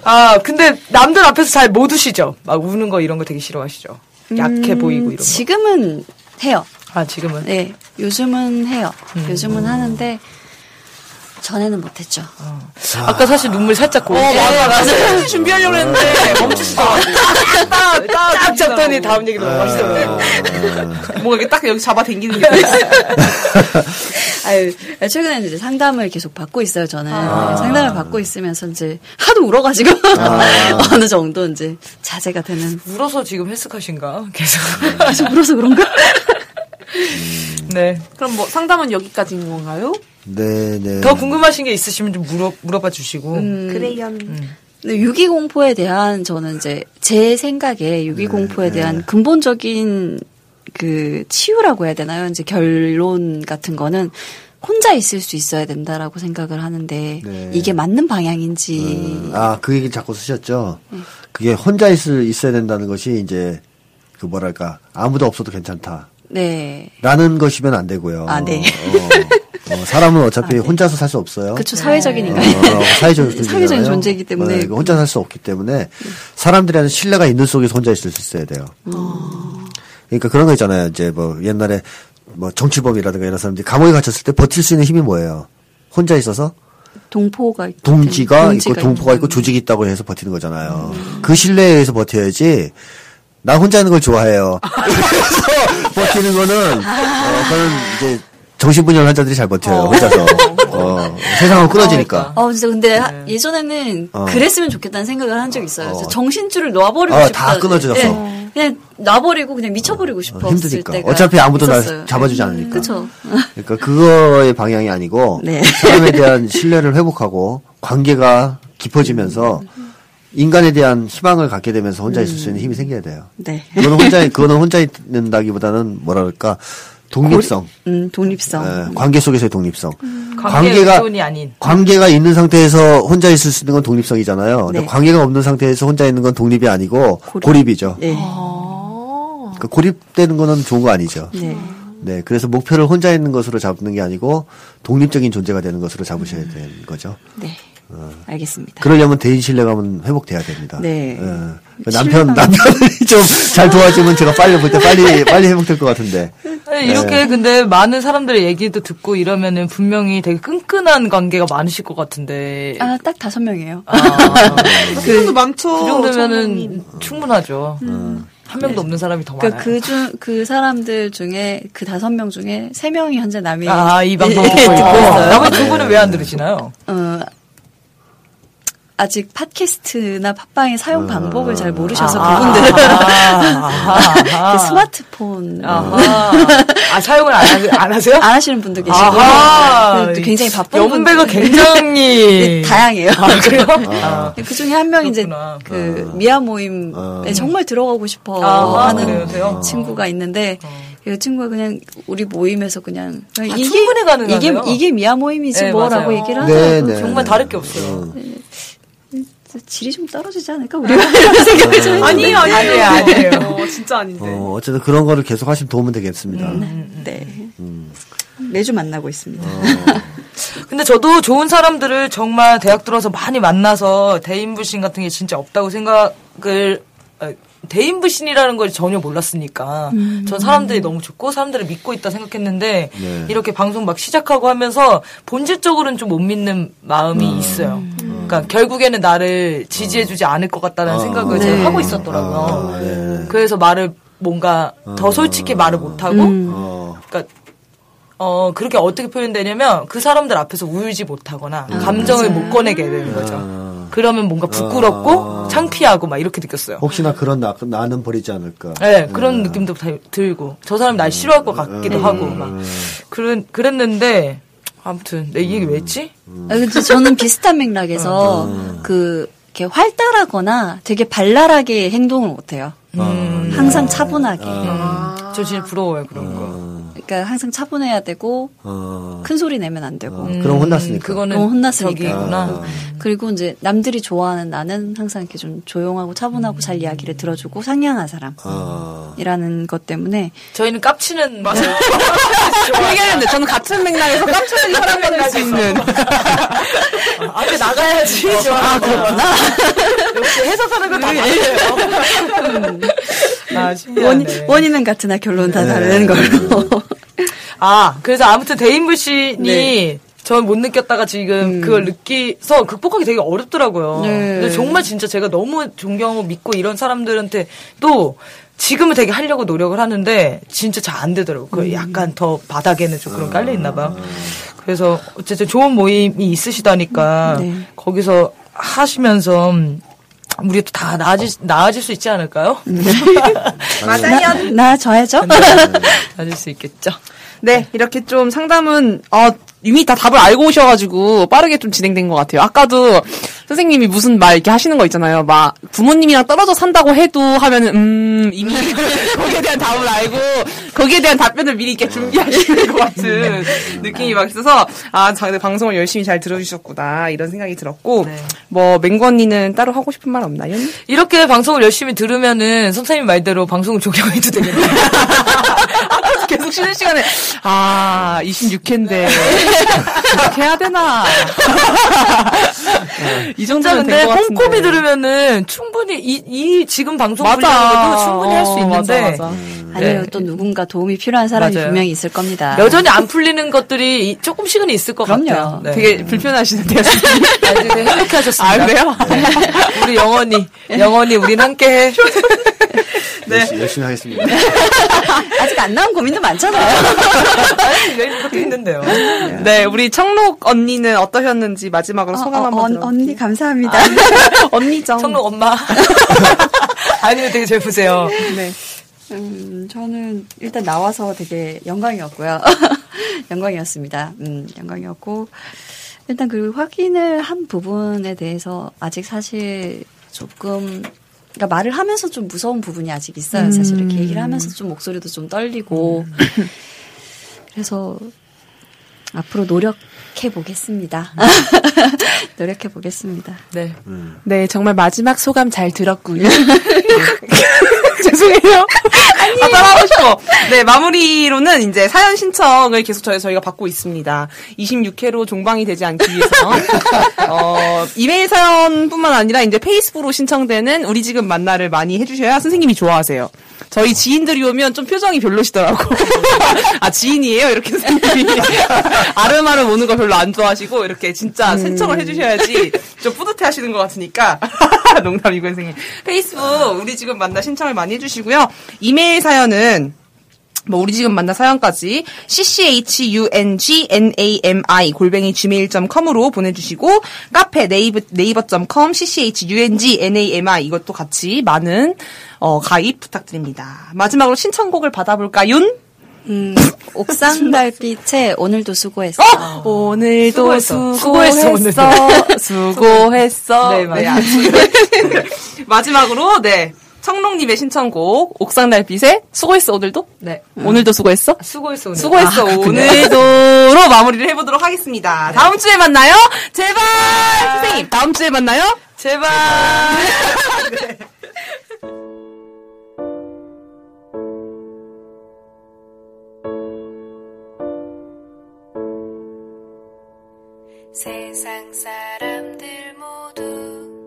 C: 아, 근데 남들 앞에서 잘 못 우시죠? 막 우는 거 이런 거 되게 싫어하시죠? 약해 보이고 이런 거.
E: 지금은 해요.
C: 아 지금은
E: 네, 요즘은 해요. 요즘은 하는데 전에는 못했죠.
C: 아까 사실 눈물 살짝 고여.
B: 맞아. 준비하려고 했는데 멈추시더라고.
C: 딱 잡더니 다음 네. 얘기 넘어가시더라고요.
B: 뭔가 이게 딱 여기 잡아 당기는 게 있어.
E: 아유, 최근에 이제 상담을 계속 받고 있어요. 저는
F: 아.
E: 네, 상담을 받고 있으면서 이제 하도 울어가지고
F: 아.
E: 어느 정도 이제 자제가 되는.
C: 울어서 지금 헬스카신가 계속.
E: 계속 울어서 그런가?
C: 네.
B: 그럼 뭐 상담은 여기까지인 건가요?
F: 네, 네.
C: 더 궁금하신 게 있으시면 좀 물어 물어봐 주시고.
B: 그래요.
E: 근데 유기공포에 대한 저는 이제 제 생각에
F: 네,
E: 유기공포에 대한 근본적인 그 치유라고 해야 되나요? 이제 결론 같은 거는 혼자 있을 수 있어야 된다라고 생각을 하는데
F: 네.
E: 이게 맞는 방향인지
F: 음, 아, 그 얘기를 자꾸 쓰셨죠? 그게 혼자 있을, 있어야 된다는 것이 이제, 그 뭐랄까, 아무도 없어도 괜찮다.
E: 네
F: 라는 것이면 안 되고요.
E: 아, 네.
F: 어, 어, 사람은 어차피
C: 아, 네.
F: 혼자서 살 수 없어요.
E: 그쵸 사회적인 인간
F: 어, 사회적인, 존재잖아요.
E: 그러니까 사회적인 존재이기 때문에 음.
F: 네, 그 혼자 살 수 없기 때문에 사람들이라는 신뢰가 있는 속에서 혼자 있을 수 있어야 돼요.
E: 음.
F: 그러니까 그런 거 있잖아요. 이제 뭐 옛날에 뭐 정치범이라든가 이런 사람들이 감옥에 갇혔을 때 버틸 수 있는 힘이 뭐예요? 혼자 있어서
E: 동포가 있기 때문에
F: 동지가 있고
E: 동지가 음.
F: 동포가 있고
E: 때문에.
F: 조직이 있다고 해서 버티는 거잖아요. 그 신뢰에 의해서 버텨야지. 나 혼자 하는 걸 좋아해요. 그래서 버티는 거는
E: 아.
F: 어, 그건 이제 정신분열 환자들이 잘 버텨요. 혼자서 어, 세상하고 끊어지니까.
E: 아 진짜 근데 하- 예전에는
F: 네. 어.
E: 그랬으면 좋겠다는 생각을 한 적이 있어요. 그래서
F: 어.
E: 정신줄을 놔버리고
F: 아,
E: 싶다.
F: 다 끊어져서.
E: 예. 그냥 놔버리고 그냥 미쳐버리고
F: 어,
E: 싶었을
F: 힘드니까.
E: 때가
F: 어차피 아무도
E: 있었어요. 네.
F: 날 잡아주지 않으니까.
E: 그쵸.
F: 그러니까 그거의 방향이 아니고
E: 네.
F: 사람에 대한 신뢰를 회복하고 관계가 깊어지면서 인간에 대한 희망을 갖게 되면서 혼자 있을 수 있는 힘이 생겨야 돼요.
E: 네.
F: 그거는 혼자 그거는 혼자 있는다기보다는 뭐랄까 독립성,
E: 음, 독립성.
F: 예, 관계 속에서의 독립성.
C: 관계가 돈이 아닌.
F: 관계가 있는 상태에서 혼자 있을 수 있는 건 독립성이잖아요. 근데
E: 네.
F: 관계가 없는 상태에서 혼자 있는 건 독립이 아니고 고립. 이죠
E: 네.
F: 그러니까 고립되는 거는 좋은 거 아니죠.
E: 네.
F: 네, 그래서 목표를 혼자 있는 것으로 잡는 게 아니고 독립적인 존재가 되는 것으로 잡으셔야 되는 거죠.
E: 네. 알겠습니다.
F: 그러려면 대인 신뢰감은 회복돼야 됩니다.
E: 네.
F: 예. 그 남편 남편이 좀 잘 도와주면 제가 빨리 볼 때
E: 네.
F: 빨리 빨리 회복될 것 같은데.
C: 아니,
F: 네.
C: 이렇게 근데 많은 사람들의 얘기도 듣고 이러면은 분명히 되게 끈끈한 관계가 많으실 것 같은데.
F: 그
E: 아, 어, 딱 다섯 명이에요.
B: 그 정도 많죠.
C: 그 정도면은 충분하죠. 음. 한 명도 없는 사람이 더 많아요.
E: 음. 그러니까
F: 네.
E: 그 중, 그 사람들 중에, 그 다섯 명 중에 세 명이 현재 남이.
C: 아, 이
E: 예,
C: 방송 듣고 있고. 나머지 두 분은 왜 안 들으시나요?
F: 아.
E: 어, 아직 팟캐스트나 팟빵의
F: 아.
E: 사용 방법을 잘 모르셔서 그분들은
C: 아하.
E: 이렇게 그 스마트폰
C: 아하. 아, 사용을 안, 하, 안 하세요?
E: 안 하시는 분도 계시고 네,
C: 아하.
E: 또 예, 굉장히 바쁜
C: 연배가
E: 분들.
C: 굉장히.
E: 다양해요.
C: 아, 그래요?
E: 그 중에 한 명 이제
C: 그렇구나.
E: 그 미아 모임에 정말 들어가고 싶어
C: 아,
E: 하는
C: 그래요? 아.
E: 친구가 있는데 그 친구가 그냥 우리 모임에서 그냥 이게
C: 충분히 가능하네요.
E: 이게 이게 미아 모임이지
C: 네,
E: 뭐라고
C: 맞아요.
E: 얘기를 하는
F: 네, 네.
C: 정말 다를 게 없어요.
E: 질이 좀 떨어지지 않을까 우리가 이런 생각이 좀
B: 아니에요, 아니에요.
C: 네, 아니에요.
B: 어, 진짜 아닌데.
F: 어, 어쨌든 그런 거를 계속 하시면 도움은 되겠습니다.
E: 네.
C: 음.
E: 매주 만나고 있습니다.
C: 어? 근데 저도 좋은 사람들을 정말 대학 들어서 많이 만나서 대인불신 같은 게 진짜 없다고 생각을 아, 대인불신이라는 걸 전혀 몰랐으니까 전 사람들이 너무 좋고 사람들을 믿고 있다 생각했는데
F: 네.
C: 이렇게 방송 막 시작하고 하면서 본질적으로는 좀 못 믿는 마음이 있어요. 그러니까 결국에는 나를 지지해주지 않을 것 같다는 생각을 제가 하고 있었더라고요.
F: 아, 네. 아.
C: 그래서 말을 뭔가 더 솔직히 말을 못하고
E: 음.
F: 어,
C: 그러니까 어 그렇게 어떻게 표현되냐면 그 사람들 앞에서 울지 못하거나
E: 음.
C: 감정을 못 꺼내게 되는
F: 음.
C: 거죠.
F: 어,
C: 그러면 뭔가 부끄럽고 창피하고 막 이렇게 느꼈어요.
F: 혹시나 그런 나, 나는 버리지 않을까.
C: 네,
F: 음.
C: 그런 느낌도 다- 들고 저 사람 날 싫어할 것 같기도 하고 막 그런 그랬는데 아무튼 내 이 얘기 왜 했지?
E: 아, 근데 저는 비슷한 맥락에서
C: 어.
E: 그 이렇게 활달하거나 되게 발랄하게 행동을 못해요.
F: 어,
C: 음.
E: 항상 차분하게.
C: 저
E: 아.
C: 진짜 부러워요 그런 거.
E: 그러니까 항상 차분해야 되고
F: 어,
E: 큰 소리 내면 안 되고.
C: 아.
F: 어, 그럼 혼났으니까.
C: 음, 그거는
E: 너무 혼났으니까.
F: 음.
C: 저기구나.
E: 그리고 이제 남들이 좋아하는 나는 항상 이렇게 좀 조용하고 차분하고 잘 이야기를 들어주고 상냥한
F: 어.
C: 아.
E: 사람이라는 것 때문에
C: 저희는 깝치는 뭐. 맞아요.
D: 얘기하는데 저는 같은 맥락에서 깜짝 놀란 사람 만날 수 있는.
C: 아, 앞에 나가야 제일 어, 좋아하는 거구나. 음. 역시 해석하는 걸다 맞아요. 아,
E: 원,
C: 신기하네. 네.
E: 원인은 같으나 결론은 다 다른 걸로.
C: 아, 그래서 아무튼 데인블 씬이
E: 네. 음.
C: 전 못 느꼈다가 지금 그걸 느끼서 극복하기 되게 어렵더라고요.
E: 네.
C: 근데 정말 진짜 제가 너무 존경하고 믿고 이런 사람들한테 또 지금은 되게 하려고 노력을 하는데 진짜 잘 안 되더라고요.
E: 음.
C: 그 약간 더 바닥에는 좀 그런 깔려 있나 봐요. 그래서 어쨌든 좋은 모임이 있으시다니까
E: 네.
C: 거기서 하시면서 우리 또 다 나아질, 나아질 수 있지 않을까요?
E: 네. 나, 나 저야죠?
C: 네. 나아질 수 있겠죠.
B: 네, 이렇게 좀 상담은 어, 이미 다 답을 알고 오셔가지고 빠르게 좀 진행된 것 같아요. 아까도 선생님이 무슨 말 이렇게 하시는 거 있잖아요. 막 부모님이랑 떨어져 산다고 해도 하면은 음 이미 거기에 대한 답을 알고 거기에 대한 답변을 미리 이렇게 준비하시는 것 같은 느낌이 막 있어서 아, 장대 방송을 열심히 잘 들어주셨구나 이런 생각이 들었고
C: 네.
B: 뭐 맹구 언니는 따로 하고 싶은 말 없나요?
C: 이렇게 방송을 열심히 들으면은 선생님 말대로 방송을 조경해도 되겠네요.
B: 계속 쉬는 시간에 아 26회인데 이렇게 네. 해야 되나 이
C: 진짜
B: 정도면
C: 근데
B: 된것 같은데
C: 꼼꼼히 들으면은 충분히 이, 이 지금 방송
B: 맞아.
C: 분량으로도 충분히 할 수
B: 어,
C: 있는데
B: 맞아, 맞아.
E: 아니요, 또 누군가 도움이 필요한 사람이
C: 맞아요.
E: 분명히 있을 겁니다.
C: 여전히 안 풀리는 것들이 이- 조금씩은 있을 것
E: 그럼요.
C: 같아요. 네.
B: 되게 불편하시는데요
C: 아주 되게 행복해하셨습니다. 네.
B: 아 그래요?
C: 우리 영원히 영원히 우린 함께해. 네.
F: 열심히, 열심히 하겠습니다.
E: 아직 안 나온 고민도 많잖아요.
C: 내일 것도 있는데요.
B: 네 우리 청록 언니는 어떠셨는지 마지막으로 소감 한번 들어
E: 언니 감사합니다.
B: 언니죠
C: 청록 엄마. 아니면 되게 재쁘세요.
B: 네.
E: 음, 저는 일단 나와서 되게 영광이었고요. 영광이었습니다. 음, 영광이었고 일단 그리고 확인을 한 부분에 대해서 아직 사실 조금 그러니까 말을 하면서 좀 무서운 부분이 아직 있어요. 사실 이렇게 얘기를 하면서 좀 목소리도 좀 떨리고 그래서 앞으로 노력해 보겠습니다. 노력해 보겠습니다.
C: 네.
H: 네, 정말 마지막 소감 잘 들었고요. 죄송해요.
B: 아, 따라하고 싶어. 네, 마무리로는 이제 사연 신청을 계속 저희, 저희가 받고 있습니다. 26회로 종방이 되지 않기 위해서. 어, 이메일 사연뿐만 아니라 이제 페이스북으로 신청되는 우리 지금 만나를 많이 해주셔야 선생님이 좋아하세요. 저희 지인들이 오면 좀 표정이 별로시더라고. 아, 지인이에요? 이렇게 선생님이. 아름아름 오는 거 별로 안 좋아하시고, 이렇게 진짜 신청을 해주셔야지 좀 뿌듯해 하시는 것 같으니까. 농담이고요, 선생님. 페이스북, 우리 지금 만나 신청을 많이 해주시고요. 이메일 사연은 뭐 우리 지금 만나 사연까지 cchungnami 골뱅이 gmail.com으로 보내주시고 카페 네이버 네이버.com cchungnami 이것도 같이 많은 어, 가입 부탁드립니다. 마지막으로 신청곡을 받아볼까요?
E: 음, 옥상 달빛에 오늘도 수고했어.
B: 어! 오늘도
C: 수고했어.
B: 수고했어
C: 수고했어,
B: 수고했어
C: 네, 맞아요.
B: 네. 마지막으로 네 청록님의 신청곡 옥상 달빛에 수고했어 오늘도 음.
C: 네.
B: 오늘도 아, 수고했어
C: 수고했어 오늘.
B: 수고했어 오늘도로 마무리를 해보도록 하겠습니다. 다음 주에 만나요. 제발 선생님 다음 주에 만나요. 제발.
I: 세상 사람들 모두